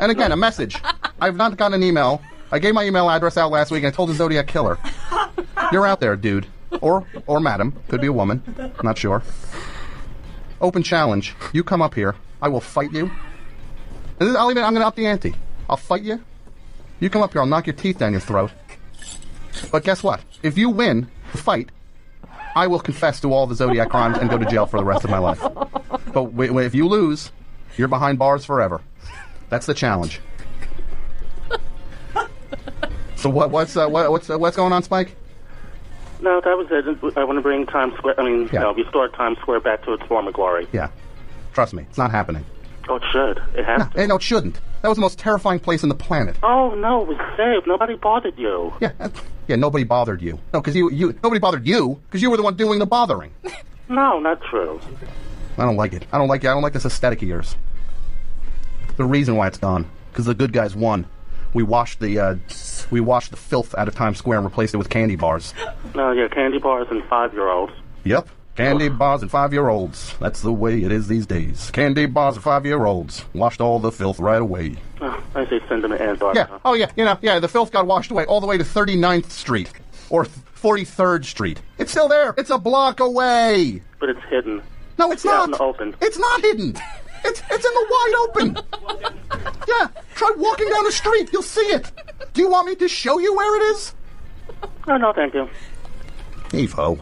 Speaker 6: And again, a message. I've not gotten an email. I gave my email address out last week and I told the Zodiac Killer. You're out there, dude. Or or madam. Could be a woman. Not sure. Open challenge. You come up here. I will fight you. And this- I'll even, I'm going to up the ante. I'll fight you. You come up here. I'll knock your teeth down your throat. But guess what? If you win the fight, I will confess to all the Zodiac crimes and go to jail for the rest of my life. But w- w- if you lose, you're behind bars forever. That's the challenge. so what, what's uh, what, what's uh, what's going on, Spike?
Speaker 7: No, that was it. I want to bring Times Square. I mean,
Speaker 6: Yeah.
Speaker 7: you know, restore Times Square back to its former glory.
Speaker 6: Yeah, trust me, it's not happening.
Speaker 7: Oh, it should. It has to.
Speaker 6: Hey, no, it shouldn't. That was the most terrifying place on the planet.
Speaker 7: Oh no, it was saved. Nobody bothered you.
Speaker 6: Yeah, uh, yeah. Nobody bothered you. No, because you you nobody bothered you because you were the one doing the bothering.
Speaker 7: No, not true.
Speaker 6: I don't like it. I don't like it. I don't like this aesthetic of yours. The reason why it's gone because the good guys won. we washed the uh, we washed the filth out of Times Square and replaced it with candy bars.
Speaker 7: No, yeah, candy bars and five-year-olds.
Speaker 6: Yep, candy bars and five year olds. That's the way it is these days. Candy bars and five year olds washed all the filth right away.
Speaker 7: Oh, I say send them an Anbar.
Speaker 6: Yeah. Oh yeah. You know. Yeah. The filth got washed away all the way to 39th Street or 43rd Street. It's still there. It's a block away.
Speaker 7: But it's hidden.
Speaker 6: No, it's
Speaker 7: Yeah,
Speaker 6: not.
Speaker 7: oh. out in the open.
Speaker 6: It's not hidden. It's it's in the wide open. yeah. Try walking down the street. You'll see it. Do you want me to show you where it is?
Speaker 7: No, no, thank you.
Speaker 6: Evo.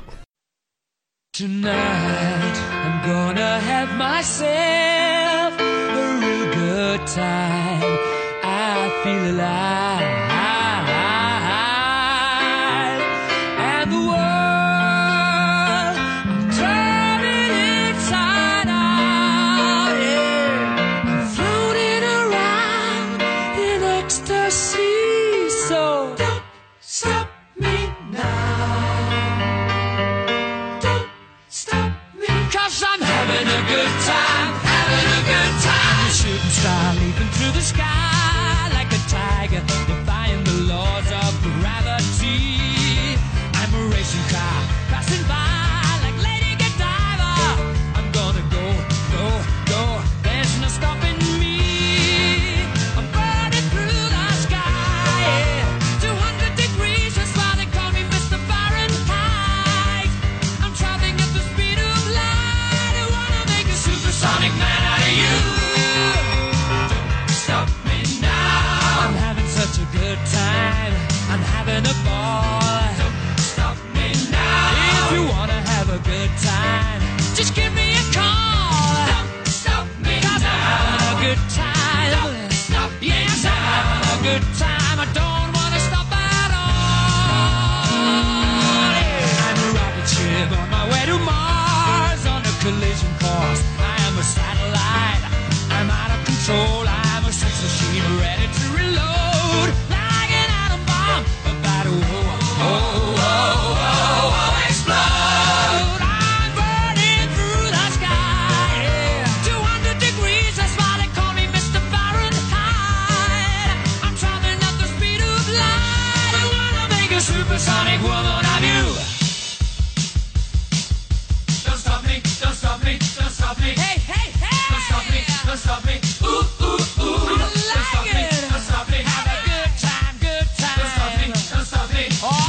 Speaker 8: Tonight, I'm gonna have myself a real good time. I feel alive. And the world, I'm turning inside out. Yeah. I'm floating around in ecstasy. So don't stop me now. Don't stop me, cause I'm having a good time, having a good time. I'm a shooting star leaping through the sky like a tiger, defying the laws of gravity. I'm a racing car passing by like Lady Godiva. I'm gonna go, go, go. There's no stopping me. I'm burning through the sky, yeah. 200 degrees, that's why they call me Mr. Fahrenheit. I'm traveling at the speed of light. I wanna make a supersonic man out of you. Don't stop me now. I'm having such a good time. I'm having a ball. Don't stop me now. If you wanna have a good time, just give me a call. Don't stop me now. I'm having a good time. Don't stop me yes, I'm having a good time. I don't wanna stop at all. Yeah. I'm a rocket ship on my way to Mars on a collision course. I am a satellite. I'm out of control. I'm a sex machine ready to reload like an atom bomb. About to oh, oh, oh, oh, oh, explode. I'm burning through the sky. Yeah. 200 degrees. That's why they call me Mr. Fahrenheit. I'm traveling at the speed of light. I wanna make a supersonic woman of you. Don't stop me, don't stop me, don't stop me. Hey, hey, hey! Don't stop me, don't stop me. Ooh, ooh, ooh. I like don't stop it. me, don't stop me. Have a good time, good time. Don't stop me, don't stop me. Oh.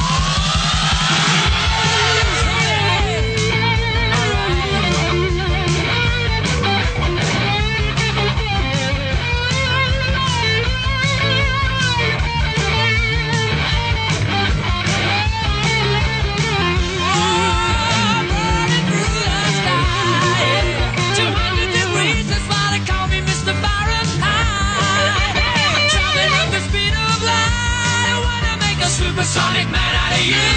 Speaker 8: Sonic man out of you.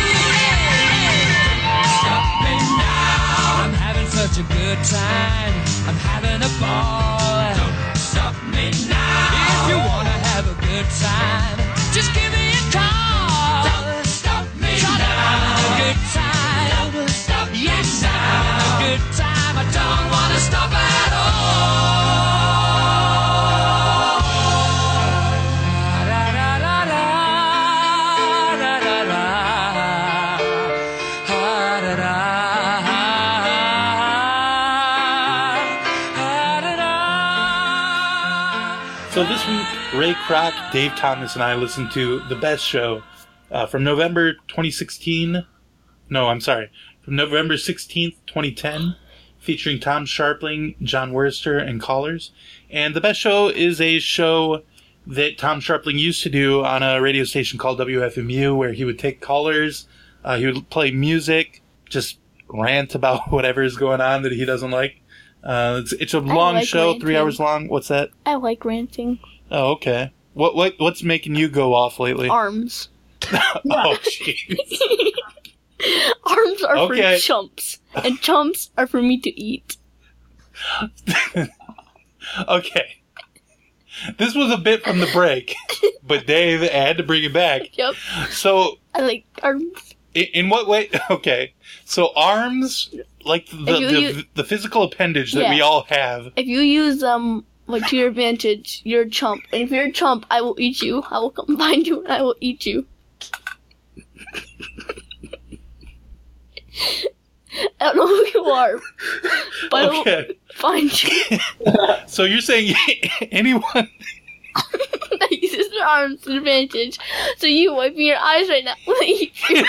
Speaker 8: Stop me now. I'm having such a good time. I'm having a ball. Don't stop me now. If you wanna have a good time, just give me a call. Don't stop me Try now. I'm having a good time. Don't stop yes, I'm having a good time. I don't wanna stop at all.
Speaker 1: So this week, Ray Kroc, Dave Thomas, and I listened to the best show uh, from November 2016. No, I'm sorry, from November 16th, 2010, featuring Tom Sharpling, John Worcester, and callers. And the best show is a show that Tom Sharpling used to do on a radio station called WFMU, where he would take callers, uh, he would play music, just rant about whatever is going on that he doesn't like. Uh, it's, it's a long
Speaker 2: like
Speaker 1: show, three
Speaker 2: ranting.
Speaker 1: hours long. What's that?
Speaker 2: I like ranting.
Speaker 1: Oh, okay. What what what's making you go off lately?
Speaker 2: Arms.
Speaker 1: Oh, jeez.
Speaker 2: Arms are
Speaker 1: Okay.
Speaker 2: for chumps, and chumps are for me to eat.
Speaker 1: okay. This was a bit from the break, but Dave I had to bring it back.
Speaker 2: Yep.
Speaker 1: So,
Speaker 2: I like arms.
Speaker 1: in, in what way? Okay. So, arms, like the
Speaker 2: You-
Speaker 1: the,
Speaker 2: you-
Speaker 1: the, physical appendage that we
Speaker 2: Yeah.
Speaker 1: all have.
Speaker 2: If you use um But to your advantage, you're a chump. And if you're a chump, I will eat you. I will come find you and I will eat you. I don't know who you are, but I will
Speaker 1: Okay.
Speaker 2: find you.
Speaker 1: So you're saying anyone?
Speaker 2: that uses their arms to advantage. So you wiping your eyes right now will eat you.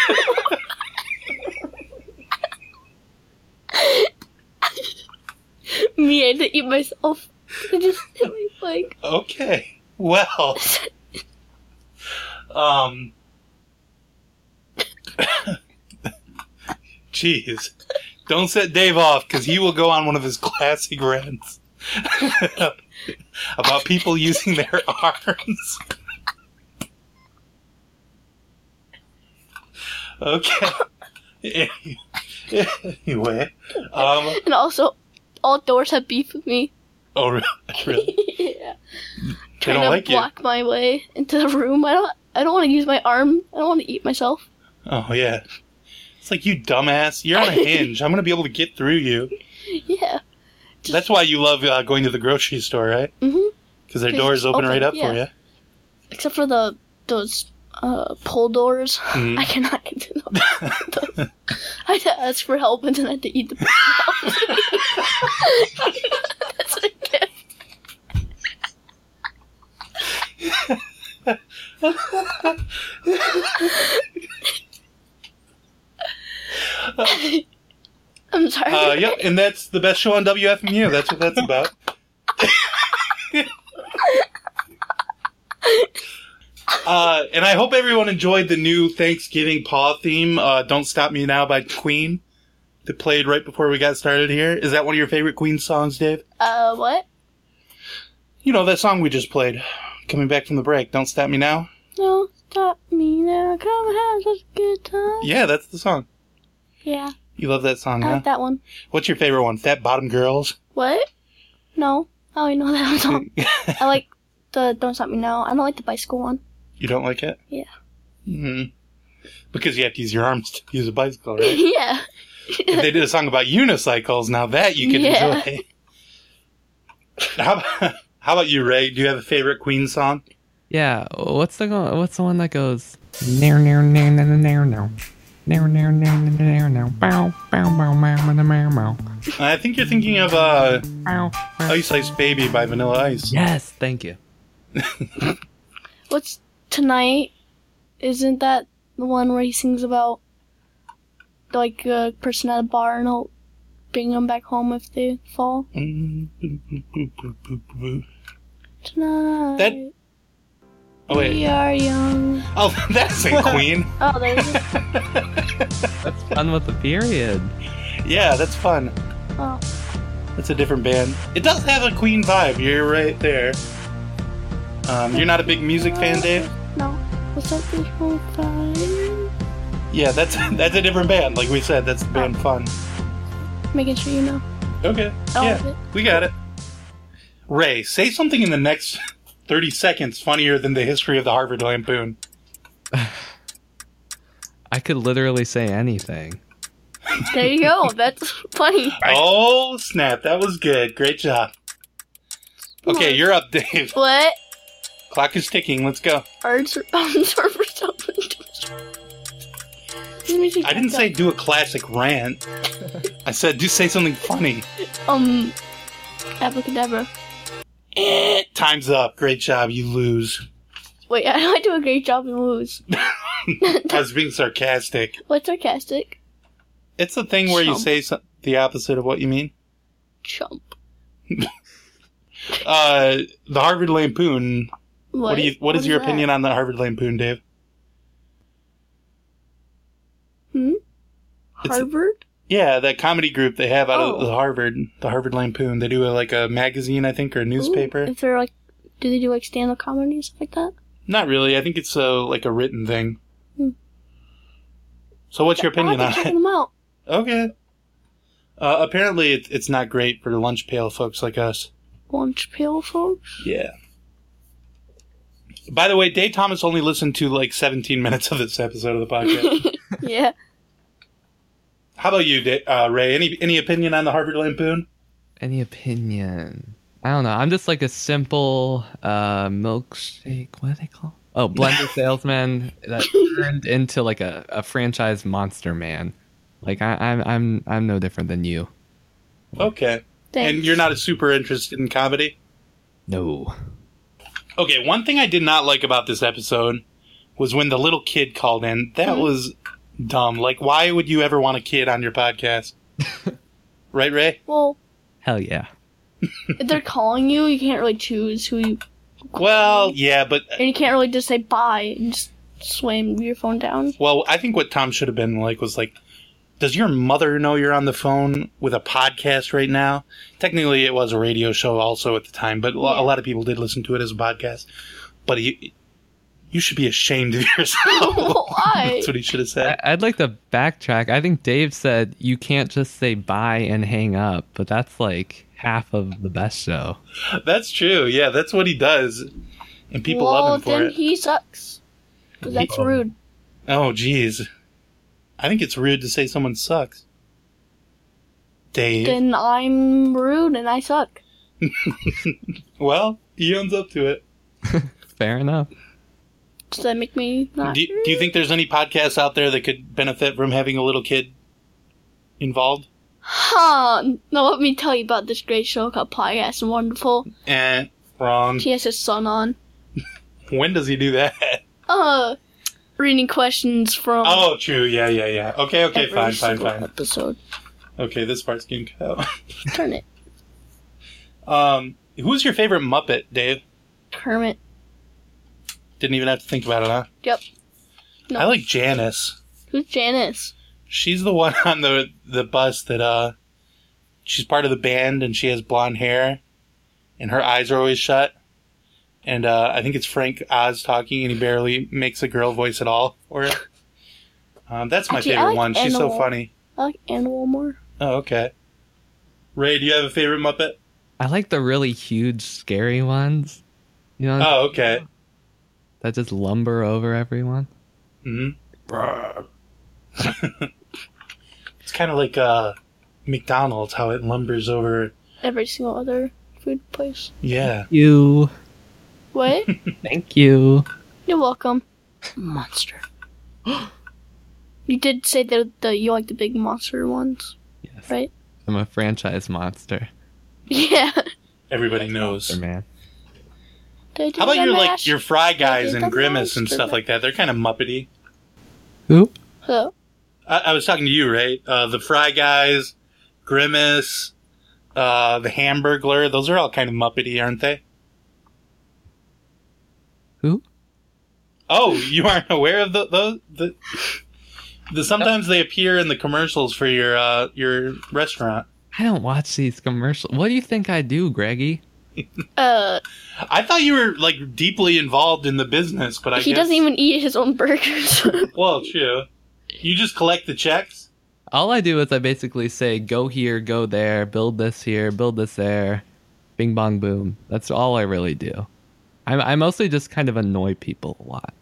Speaker 2: Me, I had to eat myself. I just it was like
Speaker 1: Okay. Well. Um. Jeez. Don't set Dave off because he will go on one of his classic rants about people using their arms. okay. anyway. Um,
Speaker 2: and also all doors have beef with me.
Speaker 1: oh, re- really?
Speaker 2: yeah.
Speaker 1: They
Speaker 2: Trying
Speaker 1: don't
Speaker 2: to
Speaker 1: like you.
Speaker 2: block my way into the room. I don't I don't want to use my arm. I don't want to eat myself.
Speaker 1: Oh yeah. It's like you dumbass. You're on a hinge. I'm gonna be able to get through you.
Speaker 2: Yeah.
Speaker 1: That's why you love uh, going to the grocery store, right?
Speaker 2: Mhm.
Speaker 1: Because their
Speaker 2: Because
Speaker 1: doors
Speaker 2: it's
Speaker 1: open,
Speaker 2: open,
Speaker 1: right up
Speaker 2: yeah. Except for the those uh pull doors. I cannot get to them. I had to ask for help and then I had to eat the That's what I get. I'm sorry.
Speaker 1: for you. Uh, yep, and that's the best show on WFMU. That's what that's about. uh, and I hope everyone enjoyed the new Thanksgiving Paw theme, uh, "Don't Stop Me Now" by Queen, that played right before we got started. Here is that one of your favorite Queen songs, Dave?
Speaker 2: Uh, what?
Speaker 1: You know that song we just played, coming back from the break. Don't stop me now.
Speaker 2: Don't stop me now. Come have such a good time.
Speaker 1: Yeah, that's the song.
Speaker 2: Yeah,
Speaker 1: You love that song,
Speaker 2: I
Speaker 1: huh?
Speaker 2: like that one.
Speaker 1: What's your favorite one? Fat Bottom Girls.
Speaker 2: What? No. I only know that one. I like the Don't Stop Me Now. I don't like the bicycle one.
Speaker 1: You don't like it?
Speaker 2: Yeah.
Speaker 1: hmm Because you have to use your arms to use a bicycle, right?
Speaker 2: yeah.
Speaker 1: if they did a song about unicycles, now that you can
Speaker 2: Yeah.
Speaker 1: enjoy. How about, how about you, Ray? Do you have a favorite Queen song?
Speaker 3: Yeah, what's the go- what's the one that goes nair nair nair nair nair nair nair nair nair nair nair nair bow bow bow bow bow bow bow
Speaker 1: I think you're thinking of uh,
Speaker 3: bow bow.
Speaker 1: Ice Ice Baby by Vanilla Ice.
Speaker 3: Yes, thank you.
Speaker 2: What's tonight? Isn't that the one where he sings about like a person at a bar and he'll bring them back home if they fall?
Speaker 1: Oh,
Speaker 2: Tonight
Speaker 1: That-
Speaker 2: we
Speaker 1: Oh, wait.
Speaker 2: are young.
Speaker 1: Oh, that's a Queen.
Speaker 2: Oh, there's a-
Speaker 3: That's fun with the period.
Speaker 1: Yeah, that's fun.
Speaker 2: oh.
Speaker 1: It's a different band. It does have a Queen vibe. You're right there. Um, you're not a big music fan, Dave.
Speaker 2: No. What's up, this whole fine?
Speaker 1: Yeah, that's that's a different band. Like we said, that's the band Fun.
Speaker 2: Making sure you know.
Speaker 1: Okay.
Speaker 2: All of
Speaker 1: Yeah,
Speaker 2: it.
Speaker 1: we got it. Ray, say something in the next thirty seconds funnier than the history of the Harvard Lampoon.
Speaker 3: I could literally say anything.
Speaker 2: There you go. That's funny.
Speaker 1: Oh snap! That was good. Great job. Okay, you're up, Dave.
Speaker 2: What?
Speaker 1: Clock is ticking. Let's go.
Speaker 2: Arts are um, bound for something.
Speaker 1: I didn't say do a classic rant. I said do say something funny.
Speaker 2: um abracadabra.
Speaker 1: Eh, time's up. Great job. You lose.
Speaker 2: Wait, I know I do a great job in lose.
Speaker 1: I was being sarcastic.
Speaker 2: What's sarcastic?
Speaker 1: It's the thing where you
Speaker 2: Chump.
Speaker 1: say so- the opposite of what you mean.
Speaker 2: Chump.
Speaker 1: Uh, the Harvard Lampoon. What, do you? what is, your
Speaker 2: that?
Speaker 1: opinion on the Harvard Lampoon, Dave?
Speaker 2: Hmm?
Speaker 1: It's-
Speaker 2: Harvard?
Speaker 1: Yeah, that comedy group they have out
Speaker 2: Oh.
Speaker 1: of the Harvard, the Harvard Lampoon. They do a, like a magazine, I think, or a
Speaker 2: Ooh,
Speaker 1: newspaper.
Speaker 2: If they're like, do they do like stand up comedy and stuff like that?
Speaker 1: Not really. I think it's uh, like a written thing.
Speaker 2: Hmm.
Speaker 1: So, what's your opinion
Speaker 2: I'll
Speaker 1: on
Speaker 2: have to check
Speaker 1: it?
Speaker 2: them out.
Speaker 1: Okay. Uh, apparently, it, it's not great for lunch pail folks like us.
Speaker 2: Lunch pail, folks.
Speaker 1: Yeah. By the way, Dave Thomas only listened to like 17 minutes of this episode of the podcast.
Speaker 2: Yeah.
Speaker 1: How about you, Da- uh, Ray? Any any opinion on the Harvard Lampoon?
Speaker 3: Any opinion? I don't know. I'm just like a simple uh, milkshake. What do they call? Oh, blender salesman that turned into like a, a franchise monster man. Like I, I'm I'm I'm no different than you.
Speaker 1: Okay. And
Speaker 2: Thanks.
Speaker 1: you're not super interested in comedy?
Speaker 3: No.
Speaker 1: Okay, one thing I did not like about this episode was when the little kid called in. That was dumb. Like, why would you ever want a kid on your podcast? right, Ray?
Speaker 2: Well,
Speaker 3: Hell yeah.
Speaker 2: if they're calling you, you can't really choose who you,
Speaker 1: Well, yeah, but
Speaker 2: and you can't really just say bye and just swim your phone down.
Speaker 1: well, I think what Tom should have been like was like, does your mother know you're on the phone with a podcast right now? Technically, it was a radio show also at the time, but lo- a lot of people did listen to it as a podcast. But you, you should be ashamed of yourself.
Speaker 2: Why?
Speaker 1: That's what he should have said.
Speaker 3: I- I'd like to backtrack. I think Dave said you can't just say bye and hang up, but that's like half of the best show.
Speaker 2: Uh,
Speaker 1: That's true. Yeah, that's what he does, and people
Speaker 2: well,
Speaker 1: love him for
Speaker 2: then
Speaker 1: it.
Speaker 2: he sucks. 'Cause that's
Speaker 1: Oh.
Speaker 2: rude.
Speaker 1: oh, jeez. I think it's rude to say someone sucks. Dave.
Speaker 2: Then I'm rude and I suck.
Speaker 1: well, he owns up to it.
Speaker 3: Fair enough.
Speaker 2: Does that make me not?
Speaker 1: Do, do you think there's any podcasts out there that could benefit from having a little kid involved?
Speaker 2: Huh. Now let me tell you about this great show called Podcast Wonderful.
Speaker 1: Eh, wrong.
Speaker 2: He has his son on.
Speaker 1: When does he do that?
Speaker 2: Uh, reading questions from
Speaker 1: Oh, true. Yeah, yeah, yeah. Okay, okay,
Speaker 2: every
Speaker 1: fine, fine,
Speaker 2: single
Speaker 1: fine.
Speaker 2: episode.
Speaker 1: Okay, this part's getting cut
Speaker 2: Turn
Speaker 1: out.
Speaker 2: it,
Speaker 1: Um, who's your favorite Muppet, Dave?
Speaker 2: Kermit.
Speaker 1: Didn't even have to think about it, huh?
Speaker 2: Yep. No.
Speaker 1: I like Janice.
Speaker 2: Who's Janice?
Speaker 1: She's the one on the the bus that uh she's part of the band and she has blonde hair and her eyes are always shut. And uh I think it's Frank Oz talking and he barely makes a girl voice at all for it. Um, that's my
Speaker 2: Actually, I
Speaker 1: favorite
Speaker 2: like
Speaker 1: one. She's so
Speaker 2: Animal.
Speaker 1: funny.
Speaker 2: I like Animal more.
Speaker 1: Oh, okay. Ray, do you have a favorite Muppet?
Speaker 3: I like the really huge, scary ones. You know,
Speaker 1: Oh, okay.
Speaker 3: that just lumber over everyone.
Speaker 1: hmm it's kind of like uh, McDonald's, how it lumbers over.
Speaker 2: Every single other food place.
Speaker 1: Yeah.
Speaker 3: You.
Speaker 2: What?
Speaker 3: Thank you.
Speaker 2: You're welcome. Monster. you did say that the you like the big monster ones,
Speaker 3: Yes.
Speaker 2: right?
Speaker 3: I'm a franchise monster.
Speaker 2: Yeah.
Speaker 1: Everybody knows.
Speaker 3: Man.
Speaker 2: Did I
Speaker 1: How
Speaker 2: do
Speaker 1: about
Speaker 2: the
Speaker 1: your like
Speaker 2: mash?
Speaker 1: your Fry Guys
Speaker 2: did
Speaker 1: and
Speaker 2: the
Speaker 1: Grimace and
Speaker 2: monster
Speaker 1: stuff
Speaker 2: mash.
Speaker 1: like that? They're kind of Muppety.
Speaker 3: Who?
Speaker 2: Hello.
Speaker 1: I, I was talking to you, right? Uh, the Fry Guys, Grimace, uh, the Hamburglar. Those are all kind of Muppety, aren't they?
Speaker 3: Who?
Speaker 1: Oh, you aren't aware of the, those? The, the sometimes they appear in the commercials for your uh, your restaurant.
Speaker 3: I don't watch these commercials. What do you think I do, Greggy?
Speaker 2: Uh,
Speaker 1: I thought you were like deeply involved in the business, but I
Speaker 2: he
Speaker 1: guess,
Speaker 2: doesn't even eat his own burgers.
Speaker 1: Well, true. You just collect the checks.
Speaker 3: All I do is I basically say, go here, go there, build this here, build this there, bing bong boom. That's all I really do. I, I mostly just kind of annoy people a lot.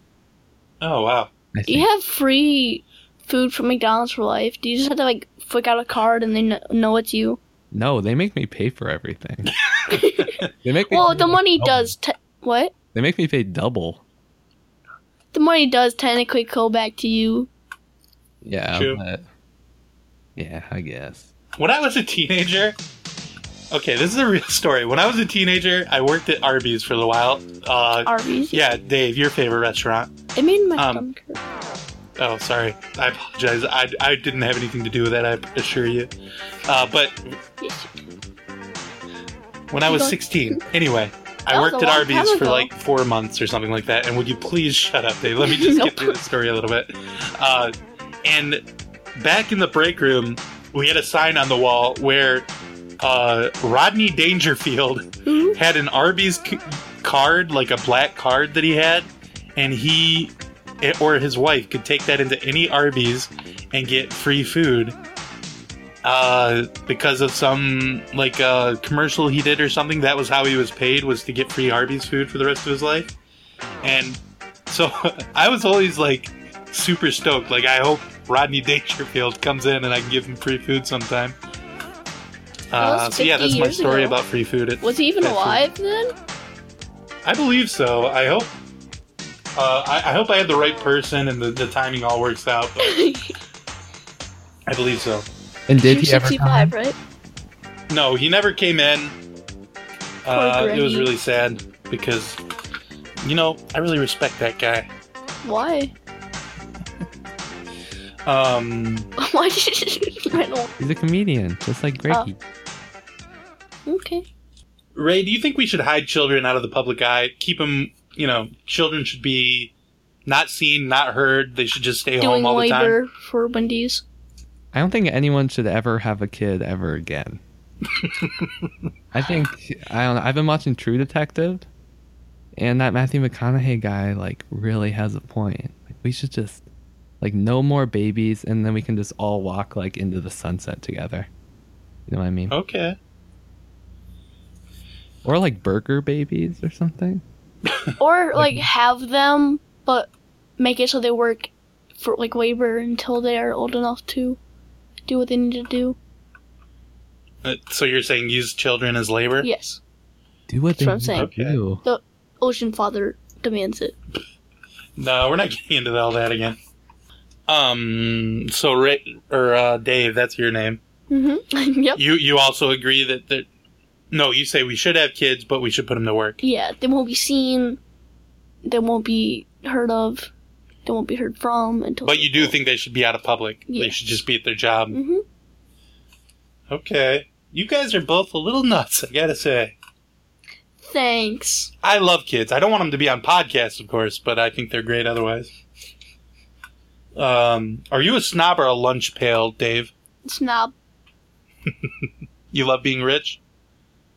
Speaker 1: Oh wow.
Speaker 3: I think.
Speaker 2: you have free food from McDonald's for life. Do you just have to like flick out a card and they kn- know it's you?
Speaker 3: No, they make me pay for everything. they make me
Speaker 2: Well, the money does. Te- what?
Speaker 3: they make me pay double.
Speaker 2: The money does technically go back to you.
Speaker 3: Yeah.
Speaker 1: True.
Speaker 3: but- yeah, I guess.
Speaker 1: When I was a teenager, okay, this is a real story. When I was a teenager, I worked at Arby's for a while. Uh,
Speaker 2: Arby's.
Speaker 1: yeah, Dave, your favorite restaurant.
Speaker 2: It made my
Speaker 1: Um,
Speaker 2: stomach hurt.
Speaker 1: Oh, sorry. I apologize. I, I didn't have anything to do with that, I assure you. Uh, but
Speaker 2: Yes.
Speaker 1: when I was
Speaker 2: Don't-
Speaker 1: 16, anyway, I
Speaker 2: That was
Speaker 1: worked
Speaker 2: a
Speaker 1: at
Speaker 2: long
Speaker 1: Arby's
Speaker 2: time
Speaker 1: for
Speaker 2: ago.
Speaker 1: like four months or something like that. And would you please shut up, Dave? Let me just get
Speaker 2: Nope.
Speaker 1: through the story a little bit. Uh, and back in the break room, we had a sign on the wall where uh, Rodney Dangerfield
Speaker 2: Who?
Speaker 1: had an Arby's c- card, like a black card that he had, and he eh, or his wife could take that into any Arby's and get free food uh, because of some like uh, commercial he did or something. That was how he was paid was to get free Arby's food for the rest of his life, and so I was always like super stoked. Like I hope Rodney Dangerfield comes in and I can give him free food sometime. Uh,
Speaker 2: was
Speaker 1: so yeah,
Speaker 2: 50
Speaker 1: that's my
Speaker 2: years
Speaker 1: story
Speaker 2: ago.
Speaker 1: about free food. It's
Speaker 2: Was he even
Speaker 1: that's it.
Speaker 2: alive then?
Speaker 1: I believe so. I hope. Uh, I, I hope I had the right person and the, the timing all works out. But I believe so.
Speaker 3: And did
Speaker 2: You're
Speaker 3: he ever?
Speaker 2: 65, right?
Speaker 1: No, he never came in. Uh, it was
Speaker 2: Granny.
Speaker 1: really sad because, you know, I really respect that guy.
Speaker 2: Why?
Speaker 1: Um,
Speaker 2: Why did you run
Speaker 3: He's a comedian, just like Greggy.
Speaker 2: Okay.
Speaker 1: Ray, do you think we should hide children out of the public eye? Keep them, you know, children should be not seen, not heard. They should just stay
Speaker 2: Doing
Speaker 1: home all the time.
Speaker 2: labor for Wendy's.
Speaker 3: I don't think anyone should ever have a kid ever again. I think I don't know. I've been watching True Detective, and that Matthew McConaughey guy like really has a point. Like we should just like no more babies, and then we can just all walk like into the sunset together. You know what I mean?
Speaker 1: Okay.
Speaker 3: Or like burger babies or something.
Speaker 2: Or like have them, but make it so they work for like labor until they are old enough to do what they need to do.
Speaker 1: Uh, So you're saying use children as labor?
Speaker 2: Yes,
Speaker 3: Do what
Speaker 2: That's what I'm
Speaker 3: they
Speaker 2: saying.
Speaker 3: need to do.
Speaker 2: the ocean father demands it.
Speaker 1: No, we're not getting into all that again. Um. So Ray or uh, Dave, that's your name.
Speaker 2: Mm-hmm. yep.
Speaker 1: You you also agree that that no, you say we should have kids, but we should put them to work.
Speaker 2: Yeah, they won't be seen. They won't be heard of. They won't be heard from until.
Speaker 1: But you do think they should be out of public. They
Speaker 2: Yeah.
Speaker 1: should just be at their job.
Speaker 2: Mhm.
Speaker 1: Okay. You guys are both a little nuts, I gotta say.
Speaker 2: Thanks.
Speaker 1: I love kids. I don't want them to be on podcasts, of course, but I think they're great otherwise. Um, are you a snob or a lunch pail, Dave?
Speaker 2: Snob.
Speaker 1: You love being rich?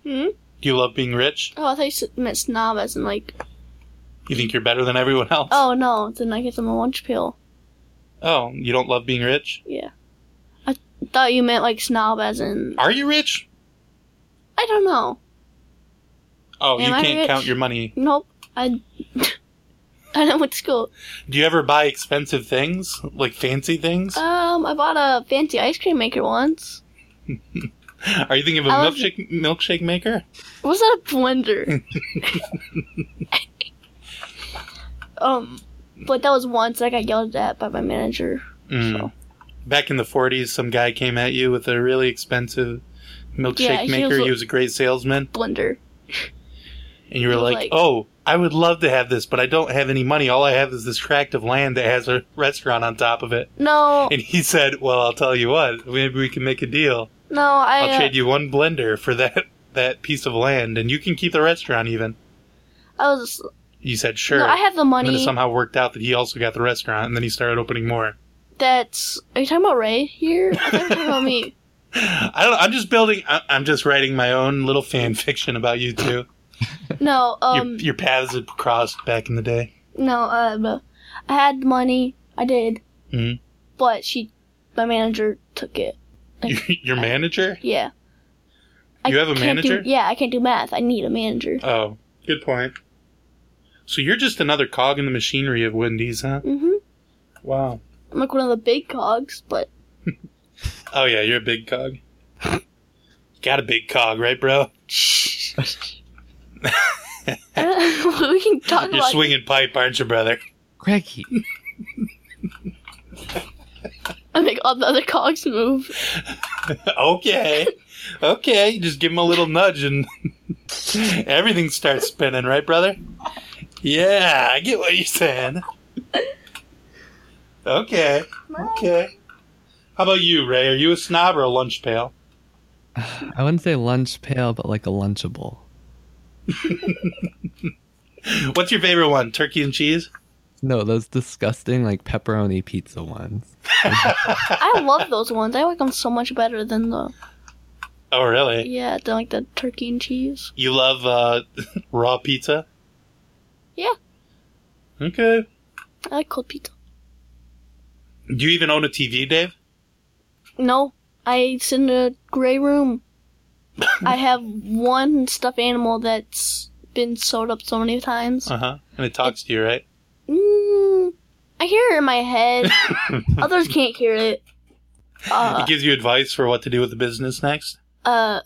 Speaker 2: Hmm?
Speaker 1: You love being rich?
Speaker 2: Oh, I thought you s- meant snob as in like,
Speaker 1: You think you're better than everyone else?
Speaker 2: oh no, then I get them a lunch pill.
Speaker 1: Oh, you don't love being rich?
Speaker 2: Yeah. I thought you meant like snob as in,
Speaker 1: Are you rich?
Speaker 2: I don't know.
Speaker 1: Oh,
Speaker 2: Am
Speaker 1: you
Speaker 2: I
Speaker 1: can't
Speaker 2: rich?
Speaker 1: count your money.
Speaker 2: Nope. I, I didn't went to school.
Speaker 1: Do you ever buy expensive things? Like fancy things?
Speaker 2: Um, I bought a fancy ice cream maker once.
Speaker 1: Are you thinking of a
Speaker 2: I love-
Speaker 1: milkshake milkshake maker?
Speaker 2: Was that a blender? um, but that was once I got yelled at by my manager.
Speaker 1: Mm.
Speaker 2: So.
Speaker 1: Back in the forties, some guy came at you with a really expensive milkshake
Speaker 2: Yeah, he
Speaker 1: maker.
Speaker 2: was-
Speaker 1: he was a great salesman,
Speaker 2: Blender.
Speaker 1: and you were
Speaker 2: was
Speaker 1: like,
Speaker 2: like-
Speaker 1: "Oh, I would love to have this, but I don't have any money. All I have is this tract of land that has a restaurant on top of it."
Speaker 2: No,
Speaker 1: And he said, "Well, I'll tell you what. Maybe we can make a deal.
Speaker 2: no, I.
Speaker 1: I'll
Speaker 2: uh,
Speaker 1: trade you one blender for that that piece of land, and you can keep the restaurant even."
Speaker 2: I was.
Speaker 1: You said, "Sure."
Speaker 2: No, I have the
Speaker 1: And then it
Speaker 2: money.
Speaker 1: somehow worked out that he also got the restaurant, and then he started opening more.
Speaker 2: That's. Are you talking about Ray here? I thought you were talking about me.
Speaker 1: I don't. I'm just building. I, I'm just writing my own little fan fiction about you two.
Speaker 2: No, um,
Speaker 1: your, your paths had crossed back in the day.
Speaker 2: no, uh, no. I had the money. I did.
Speaker 1: Mhm.
Speaker 2: But she, my manager took it.
Speaker 1: Your, your manager?
Speaker 2: Yeah.
Speaker 1: You have a
Speaker 2: can't do-
Speaker 1: manager?
Speaker 2: yeah, I can't do math. I need a manager.
Speaker 1: Oh, good point. So you're just another cog in the machinery of Wendy's, huh?
Speaker 2: hmm
Speaker 1: Wow.
Speaker 2: I'm like one of the big cogs, but
Speaker 1: Oh yeah, you're a big cog. Got a big cog, right, bro?
Speaker 2: we can talk
Speaker 1: You're
Speaker 2: about.
Speaker 1: swinging pipe, aren't you, brother?
Speaker 3: Greggy,
Speaker 2: I make all the other cogs move.
Speaker 1: okay, okay. You just give him a little nudge, and everything starts spinning, right, brother? Yeah, I get what you're saying. Okay, okay. How about you, Ray? Are you a snob or a lunch pail?
Speaker 3: I wouldn't say lunch pail, but like a lunchable.
Speaker 1: What's your favorite one? Turkey and cheese?
Speaker 3: No, those disgusting like pepperoni pizza ones.
Speaker 2: I love those ones. I like them so much better than the
Speaker 1: Oh, really?
Speaker 2: yeah, than like the turkey and cheese.
Speaker 1: You love uh, raw pizza?
Speaker 2: Yeah.
Speaker 1: Okay.
Speaker 2: I like cold pizza.
Speaker 1: Do you even own a TV, Dave?
Speaker 2: No, I sit in a gray room. I have one stuffed animal that's been sewed up so many times.
Speaker 1: Uh huh. And it talks to you, right?
Speaker 2: Mm, I hear it in my head. Others can't hear it. Uh,
Speaker 1: it gives you advice for what to do with the business next.
Speaker 2: uh,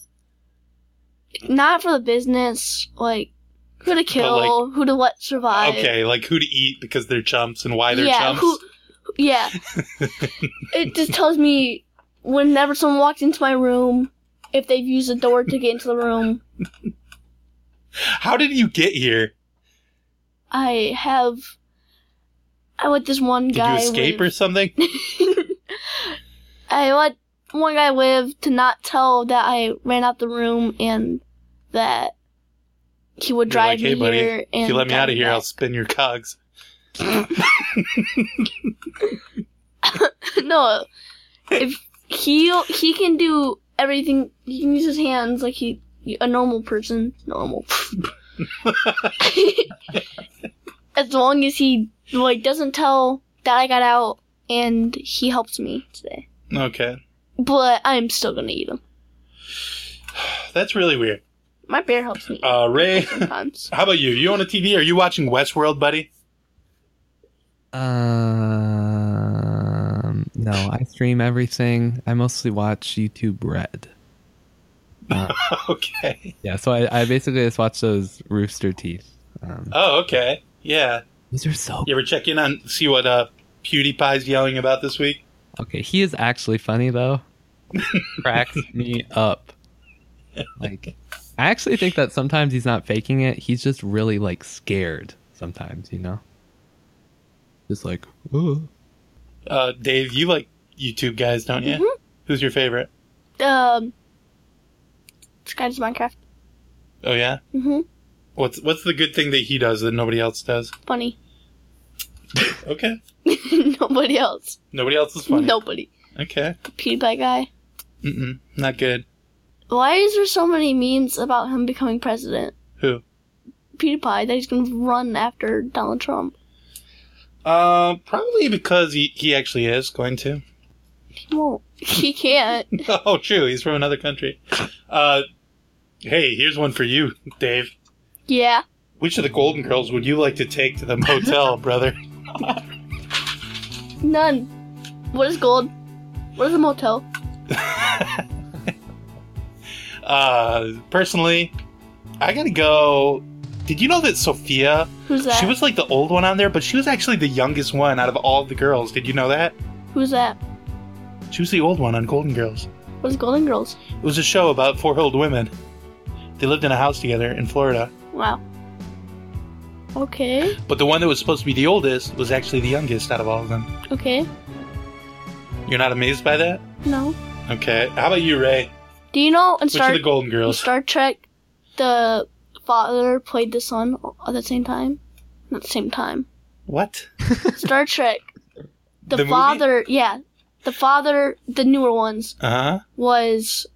Speaker 2: not for the business, like who to kill, who to let survive.
Speaker 1: Okay, like who to eat because they're chumps and why they're
Speaker 2: yeah,
Speaker 1: chumps.
Speaker 2: Who, who- yeah. it just tells me whenever someone walks into my room, if they've used the door to get into the room,
Speaker 1: How did you get here?
Speaker 2: I have. I let this one
Speaker 1: Did
Speaker 2: guy.
Speaker 1: you escape
Speaker 2: live.
Speaker 1: or something?
Speaker 2: I let one guy live to not tell that I ran out the room and that he would
Speaker 1: You're like,
Speaker 2: drive
Speaker 1: hey,
Speaker 2: me
Speaker 1: buddy,
Speaker 2: here. And
Speaker 1: if you let me
Speaker 2: drive
Speaker 1: out of here, I'll
Speaker 2: back."
Speaker 1: spin your cogs.
Speaker 2: no, if he he can do everything, he can use his hands like he a normal person, normal. as long as he like doesn't tell that I got out and he helps me today,
Speaker 1: Okay,
Speaker 2: but I'm still gonna eat him.
Speaker 1: that's really weird.
Speaker 2: My bear helps me
Speaker 1: Uh, Ray,
Speaker 2: sometimes.
Speaker 1: how about you? You on a TV? Are you watching Westworld, buddy?
Speaker 3: Um, no, I stream everything. I mostly watch YouTube Red.
Speaker 1: Okay.
Speaker 3: Yeah, so I, I basically just watch those Rooster Teeth. Um,
Speaker 1: Oh, okay. Yeah.
Speaker 3: these are so
Speaker 1: You ever check in on see what uh, PewDiePie's yelling about this week?
Speaker 3: okay. He is actually funny though. Cracks me up. Like, I actually think that sometimes he's not faking it. He's just really like scared sometimes, you know. Just like, ooh.
Speaker 1: Uh, Dave, you like YouTube guys, don't you?
Speaker 2: Mm-hmm.
Speaker 1: Who's your favorite?
Speaker 2: Um, this guy's Minecraft.
Speaker 1: Oh yeah.
Speaker 2: hmm
Speaker 1: What's What's the good thing that he does that nobody else does?
Speaker 2: Funny.
Speaker 1: Okay.
Speaker 2: Nobody else.
Speaker 1: Nobody else is funny.
Speaker 2: Nobody.
Speaker 1: Okay.
Speaker 2: The PewDiePie guy.
Speaker 1: Mm-mm. Not good.
Speaker 2: Why is there so many memes about him becoming president?
Speaker 1: Who?
Speaker 2: PewDiePie that he's gonna run after Donald Trump.
Speaker 1: Uh, probably because he, he actually is going to.
Speaker 2: He won't. He can't.
Speaker 1: Oh, true. He's from another country. Uh, hey, here's one for you, Dave.
Speaker 2: yeah.
Speaker 1: Which of the Golden Girls would you like to take to the motel, brother?
Speaker 2: None. What is gold? What is a motel?
Speaker 1: Uh, personally, I gotta go. Did you know that Sophia?
Speaker 2: Who's that?
Speaker 1: She was like the old one on there, but she was actually the youngest one out of all the girls. Did you know that?
Speaker 2: Who's that?
Speaker 1: She was the old one on Golden Girls.
Speaker 2: What is Golden Girls?
Speaker 1: It was a show about four old women. They lived in a house together in Florida,
Speaker 2: Wow. Okay.
Speaker 1: but the one that was supposed to be the oldest was actually the youngest out of all of them.
Speaker 2: Okay.
Speaker 1: You're not amazed by that?
Speaker 2: No.
Speaker 1: Okay. How about you, Ray?
Speaker 2: Do you know in
Speaker 1: Which
Speaker 2: Star
Speaker 1: of the Golden
Speaker 2: in
Speaker 1: Girls?
Speaker 2: Star Trek the father played the son at the same time? Not the same time.
Speaker 1: what?
Speaker 2: Star Trek. The,
Speaker 1: The movie?
Speaker 2: father, yeah, the father, the newer ones
Speaker 1: Uh huh.
Speaker 2: was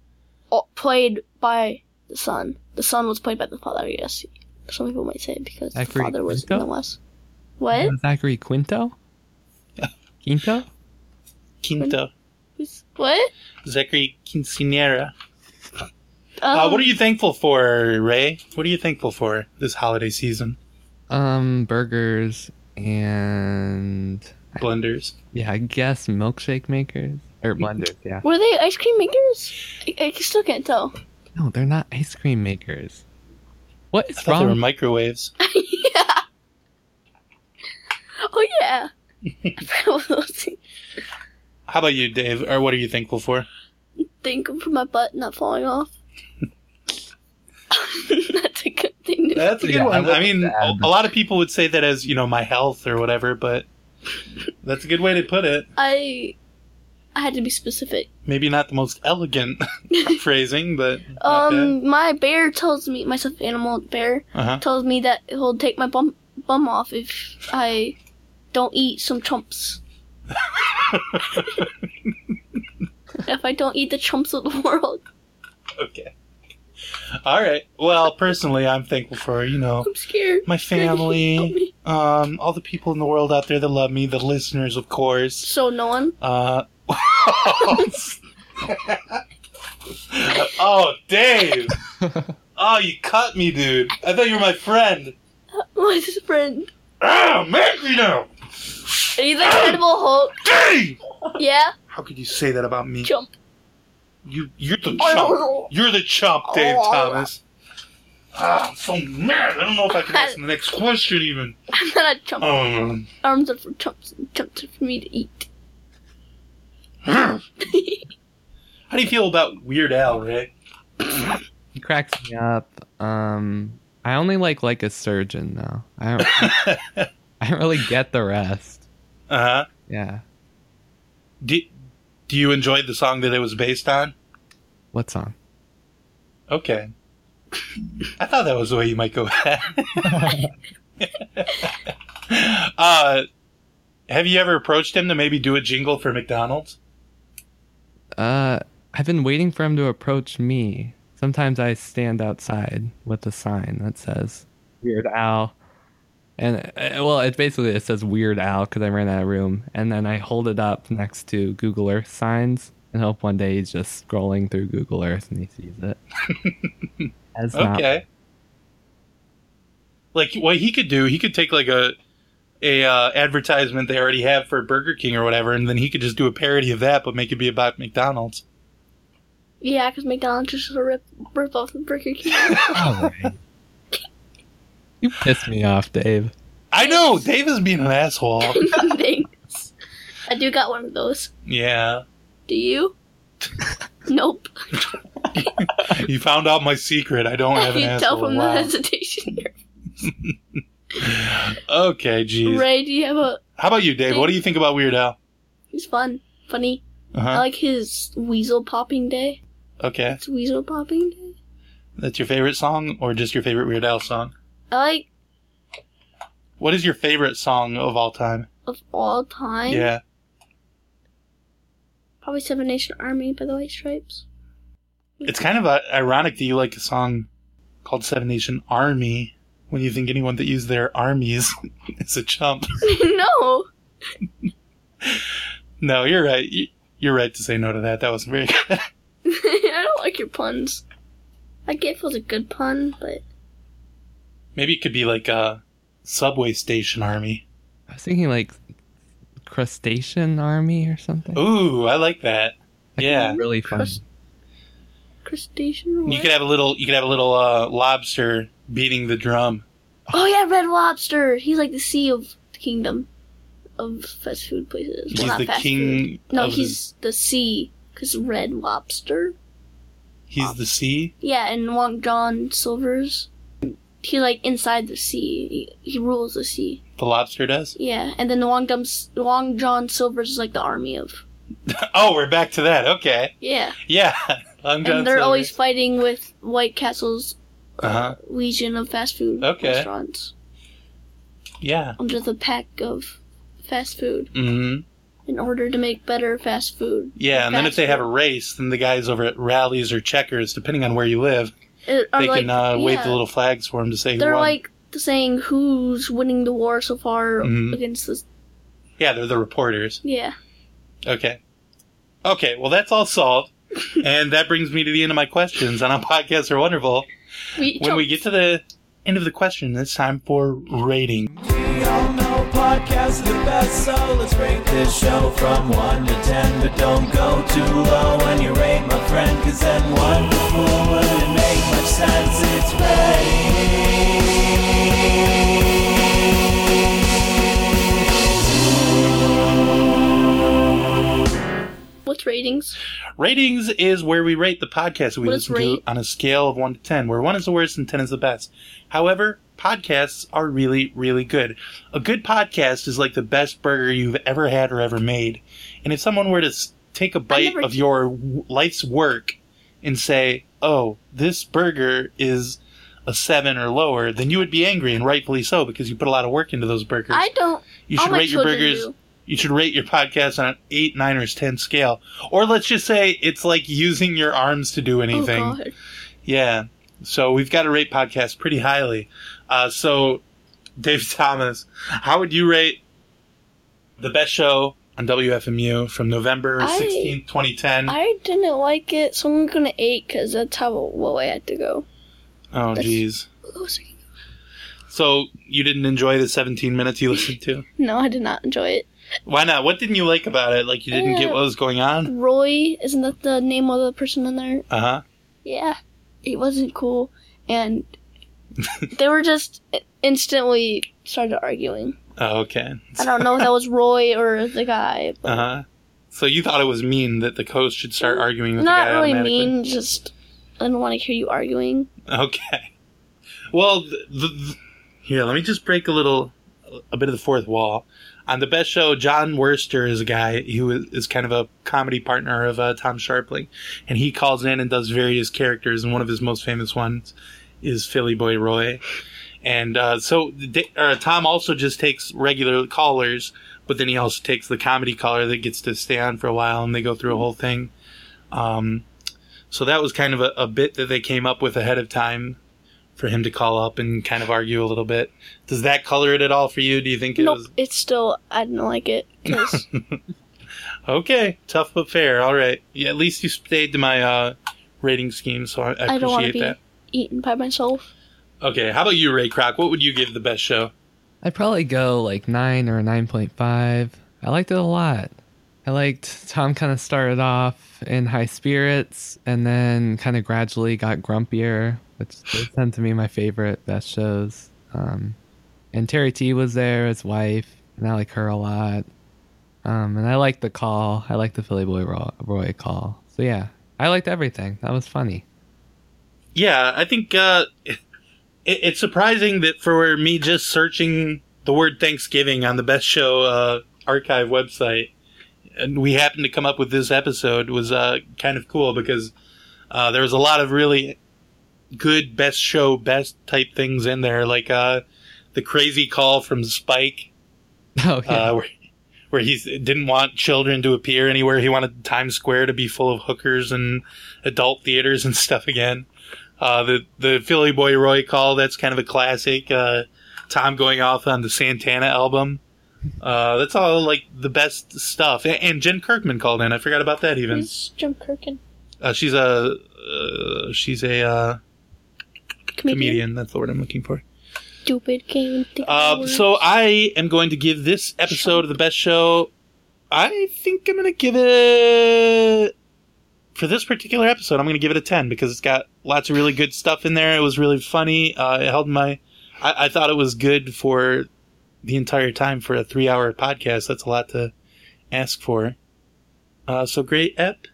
Speaker 2: uh, played by the son. The son was played by the father. I guess some people might say because the
Speaker 3: Zachary
Speaker 2: father was in
Speaker 3: Quinto?
Speaker 2: the west. What?
Speaker 3: Zachary Quinto. Quinto.
Speaker 1: Quinto.
Speaker 2: Who's- What?
Speaker 1: Zachary Quinceanera.
Speaker 2: Um,
Speaker 1: Uh, what are you thankful for, Ray? What are you thankful for this holiday season?
Speaker 3: Um, burgers and
Speaker 1: Blenders.
Speaker 3: yeah, I guess milkshake makers or blenders. Yeah,
Speaker 2: Were they ice cream makers? I, I still can't tell.
Speaker 3: no, they're not ice cream makers. What
Speaker 1: I
Speaker 3: is
Speaker 1: thought they were
Speaker 3: wrong?
Speaker 1: microwaves.
Speaker 2: Oh yeah. I forgot what those things-
Speaker 1: How about you, Dave? Or what are you thankful for?
Speaker 2: Think for my butt not falling off. That's a good thing. To
Speaker 1: That's a good
Speaker 3: Yeah, I
Speaker 1: one.
Speaker 3: would
Speaker 1: I mean,
Speaker 3: like to
Speaker 1: a
Speaker 3: add-
Speaker 1: a lot of people would say that as, you know, my health or whatever, but that's a good way to put it.
Speaker 2: I, I had to be specific.
Speaker 1: Maybe not the most elegant phrasing, but.
Speaker 2: Um, my bear tells me, my stuffed animal bear
Speaker 1: Uh huh.
Speaker 2: tells me that he'll take my bum bum off if I don't eat some chumps. if I don't eat the chumps of the world,
Speaker 1: Okay. All right. Well, personally, I'm thankful for, you know,
Speaker 2: I'm scared.
Speaker 1: my
Speaker 2: Help
Speaker 1: family,
Speaker 2: me.
Speaker 1: um, all the people in the world out there that love me, the listeners, of course.
Speaker 2: So no one.
Speaker 1: Uh, oh, Dave! Oh, you cut me, dude. I thought you were my friend.
Speaker 2: My friend.
Speaker 1: Oh, make me now,
Speaker 2: Are you the Incredible Hulk?
Speaker 1: Dave!
Speaker 2: Yeah.
Speaker 1: How could you say that about me?
Speaker 2: Jump.
Speaker 1: You, you're the chump. You're the chump, Dave Thomas. Ah, I'm so mad. I don't know if I can ask the next question even.
Speaker 2: I'm not a chump.
Speaker 1: Um,
Speaker 2: Arms are for chumps and chumps are for me to eat.
Speaker 1: how do you feel about Weird Al, Rick?
Speaker 3: He cracks me up. Um, I only like like a surgeon though. I don't. I don't really get the rest.
Speaker 1: Uh huh.
Speaker 3: Yeah.
Speaker 1: Do, do you enjoy the song that it was based on?
Speaker 3: What song?
Speaker 1: Okay. I thought that was the way you might go ahead. uh, have you ever approached him to maybe do a jingle for McDonald's?
Speaker 3: Uh, I've been waiting for him to approach me. Sometimes I stand outside with a sign that says Weird Al. And uh, well, it basically it says Weird Al because I ran out of room, and then I hold it up next to Google Earth signs and hope one day he's just scrolling through Google Earth and he sees it. As not-
Speaker 1: Okay. Like what he could do, he could take like a a uh, advertisement they already have for Burger King or whatever, and then he could just do a parody of that, but make it be about McDonald's.
Speaker 2: Yeah, because McDonald's is just a rip, rip off the Burger King.
Speaker 3: All right. You piss me off, Dave.
Speaker 1: I know Dave is being an asshole.
Speaker 2: Thanks. I do got one of those.
Speaker 1: yeah,
Speaker 2: Do you? nope.
Speaker 1: you found out my secret. I don't have an
Speaker 2: you tell
Speaker 1: asshole.
Speaker 2: from
Speaker 1: Wow.
Speaker 2: the hesitation there.
Speaker 1: Okay, geez.
Speaker 2: Ray, do you have a.
Speaker 1: How about you, Dave? What do you think about Weird Al?
Speaker 2: He's fun. Funny. I
Speaker 1: Uh-huh.
Speaker 2: like his weasel popping day.
Speaker 1: Okay,
Speaker 2: It's weasel popping day.
Speaker 1: that's your favorite song, or just your favorite Weird Al song?
Speaker 2: I like
Speaker 1: What is your favorite song of all time?
Speaker 2: of all time.
Speaker 1: Yeah.
Speaker 2: Probably Seven Nation Army by the White Stripes.
Speaker 1: It's kind of uh, ironic that you like a song called Seven Nation Army when you think anyone that used their armies is a chump.
Speaker 2: no.
Speaker 1: No, you're right. You- You're right to say no to that. That was very good.
Speaker 2: I don't like your puns. I get if it was a good pun, but
Speaker 1: Maybe it could be like a subway station army.
Speaker 3: I was thinking like crustacean army or something.
Speaker 1: Ooh, I like that.
Speaker 3: Like,
Speaker 1: Oh, Yeah.
Speaker 3: really fun.
Speaker 2: Crust- crustacean.
Speaker 1: You
Speaker 2: what?
Speaker 1: could have a little. You could have a little uh, lobster beating the drum.
Speaker 2: oh yeah, Red Lobster. He's like the sea of the kingdom of fast food places. Well,
Speaker 1: He's
Speaker 2: not
Speaker 1: the
Speaker 2: fast food.
Speaker 1: king.
Speaker 2: No,
Speaker 1: of
Speaker 2: he's the sea. Cause Red Lobster.
Speaker 1: the, he's the sea.
Speaker 2: Yeah, and Long John Silver's. He like inside the sea. He, he rules the sea.
Speaker 1: The lobster does.
Speaker 2: Yeah, and then the Long, Dum- Long John Silver's is like the army of.
Speaker 1: Oh, we're back to that. Okay.
Speaker 2: Yeah,
Speaker 1: Yeah. I'm John
Speaker 2: and they're
Speaker 1: Silver.
Speaker 2: always fighting with White Castle's
Speaker 1: Uh-huh.
Speaker 2: legion of fast food
Speaker 1: Okay.
Speaker 2: restaurants
Speaker 1: Yeah.
Speaker 2: under the pack of fast food
Speaker 1: hmm
Speaker 2: in order to make better fast food.
Speaker 1: Yeah, and then if
Speaker 2: Fast
Speaker 1: they have a
Speaker 2: food.
Speaker 1: race, then the guys over at rallies or checkers, depending on where you live,
Speaker 2: It- are
Speaker 1: they
Speaker 2: like-
Speaker 1: can uh, wave the
Speaker 2: yeah,
Speaker 1: little flags for them to say who
Speaker 2: They're
Speaker 1: won.
Speaker 2: like saying who's winning the war so far
Speaker 1: Mhm.
Speaker 2: against this.
Speaker 1: yeah, they're the reporters.
Speaker 2: Yeah.
Speaker 1: Okay. Okay, well, that's all solved. and that brings me to the end of my questions on our podcast are wonderful.
Speaker 2: We,
Speaker 1: When we get to the end of the question, it's time for rating.
Speaker 9: We all know podcasts are the best, so let's rate this show from 1 to 10. But don't go too low when you rate my friend, cause then 1 to 4 wouldn't make much sense. It's rating.
Speaker 2: what's ratings?
Speaker 1: Ratings is where we rate the podcast that we
Speaker 2: What is
Speaker 1: listen
Speaker 2: rate?
Speaker 1: to on a scale of 1 to 10, where 1 is the worst and 10 is the best. However, podcasts are really, really good. A good podcast is like the best burger you've ever had or ever made. And if someone were to s- take a bite
Speaker 2: never
Speaker 1: of
Speaker 2: t-
Speaker 1: your w- life's work and say, oh, this burger is a 7 or lower, then you would be angry, and rightfully so, because you put a lot of work into those burgers.
Speaker 2: I don't.
Speaker 1: You
Speaker 2: All
Speaker 1: should
Speaker 2: my
Speaker 1: rate your
Speaker 2: children
Speaker 1: burgers.
Speaker 2: do. Oh,
Speaker 1: You should rate your podcast on an eight, nine, or ten scale, or let's just say it's like using your arms to do anything.
Speaker 2: Oh god.
Speaker 1: yeah. So we've got to rate podcasts pretty highly. Uh, so, Dave Thomas, how would you rate the best show on WFMU from November
Speaker 2: I-
Speaker 1: sixteenth, twenty ten?
Speaker 2: I didn't like it, so I'm gonna eight because that's how low I had to go.
Speaker 1: Oh,
Speaker 2: that's-
Speaker 1: geez.
Speaker 2: What was I-
Speaker 1: So you didn't enjoy the 17 minutes you listened to?
Speaker 2: No, I did not enjoy it.
Speaker 1: Why not? What didn't you like about it? Like you didn't
Speaker 2: Uh,
Speaker 1: get what was going on?
Speaker 2: Roy, isn't that the name of the person in there?
Speaker 1: Uh huh.
Speaker 2: Yeah, it wasn't cool, and they were just instantly started arguing.
Speaker 1: Oh, okay.
Speaker 2: I don't know if that was Roy or the guy.
Speaker 1: Uh huh. So you thought it was mean that the host should start arguing with the
Speaker 2: Mm, Not
Speaker 1: guy
Speaker 2: really
Speaker 1: automatically?
Speaker 2: mean, just I don't want to hear you arguing.
Speaker 1: Okay. Well, th the, here, let me just break a little, a bit of the fourth wall. On the best show, John Worster is a guy who is, is kind of a comedy partner of uh, Tom Sharpling, and he calls in and does various characters, and one of his most famous ones is Philly Boy Roy. And uh, so Da- uh, Tom also just takes regular callers, but then he also takes the comedy caller that gets to stay on for a while, and they go through a whole thing. Um, so that was kind of a, a bit that they came up with ahead of time for him to call up and kind of argue a little bit. Does that color it at all for you? Do you think it
Speaker 2: nope,
Speaker 1: was
Speaker 2: it's still I didn't like it. 'cause-
Speaker 1: okay, tough but fair? All right. Yeah, at least you stayed to my uh, rating scheme, so I, I
Speaker 2: I don't want to
Speaker 1: appreciate
Speaker 2: be
Speaker 1: that.
Speaker 2: eaten by myself.
Speaker 1: Okay, how about you, Ray Kroc? What would you give the best show?
Speaker 3: I'd probably go like nine or a nine point five. I liked it a lot. I liked Tom kind of started off in high spirits and then kind of gradually got grumpier, which those tend to be my favorite best shows. Um, and Terry T was there, his wife, and I like her a lot. Um, and I liked the call. I liked the Philly Boy Roy, Roy call. So yeah, I liked everything. That was funny.
Speaker 1: Yeah, I think uh, it, it's surprising that for me just searching the word Thanksgiving on the Best Show uh, archive website, and we happened to come up with this episode was uh, kind of cool because uh, there was a lot of really good Best Show Best type things in there, like uh, the crazy call from Spike
Speaker 3: Oh yeah.
Speaker 1: uh, where, where he didn't want children to appear anywhere. He wanted Times Square to be full of hookers and adult theaters and stuff again. Uh, the the Philly Boy Roy call that's kind of a classic. Uh, Tom going off on the Santana album. Uh, that's all like the best stuff. A- And Jen Kirkman called in. I forgot about that even.
Speaker 2: Who's Jim Kirkin?
Speaker 1: Uh, she's a uh, she's a uh,
Speaker 2: Comedian.
Speaker 1: comedian. That's the word I'm looking for.
Speaker 2: Stupid. Can't even think. of
Speaker 1: Uh,
Speaker 2: the
Speaker 1: so
Speaker 2: words.
Speaker 1: I am going to give this episode of the best show. I think I'm going to give it for this particular episode. I'm going to give it a ten because it's got lots of really good stuff in there. It was really funny. Uh, it held my. I, I thought it was good for the entire time for a three-hour podcast. That's a lot to ask for. Uh, so great ep,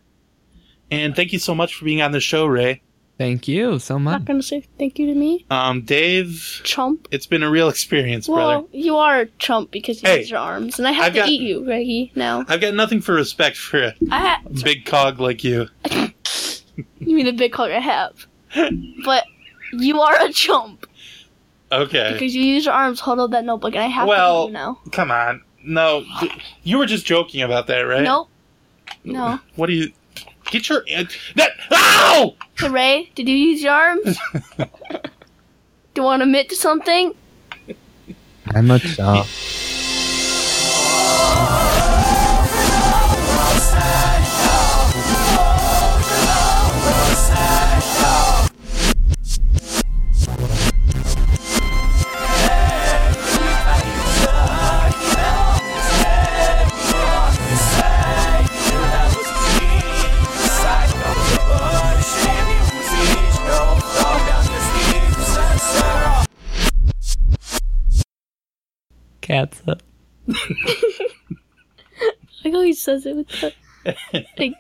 Speaker 1: and thank you so much for being on the show, Ray.
Speaker 3: Thank you so much.
Speaker 2: not gonna say thank you to me,
Speaker 1: Um, Dave,
Speaker 2: chump.
Speaker 1: it's been a real experience, brother.
Speaker 2: Well, you are a chump because you
Speaker 1: Hey,
Speaker 2: use your arms, and I have
Speaker 1: I've
Speaker 2: to
Speaker 1: got-
Speaker 2: eat you, Reggie. Now,
Speaker 1: I've got nothing for respect for a
Speaker 2: I ha-
Speaker 1: big cog like you.
Speaker 2: you mean a big hug I have, but you are a chump
Speaker 1: Okay.
Speaker 2: because you use your arms, hold up that notebook, and I have to eat
Speaker 1: Well,
Speaker 2: you now.
Speaker 1: come on. No, th- you were just joking about that, right?
Speaker 2: Nope. No.
Speaker 1: What do you? Get your uh, that. Ow!
Speaker 2: Hey, Ray, did you use your arms? Do you want to admit to something?
Speaker 3: I'm a chump. Cats up.
Speaker 2: Like how he says it with the like.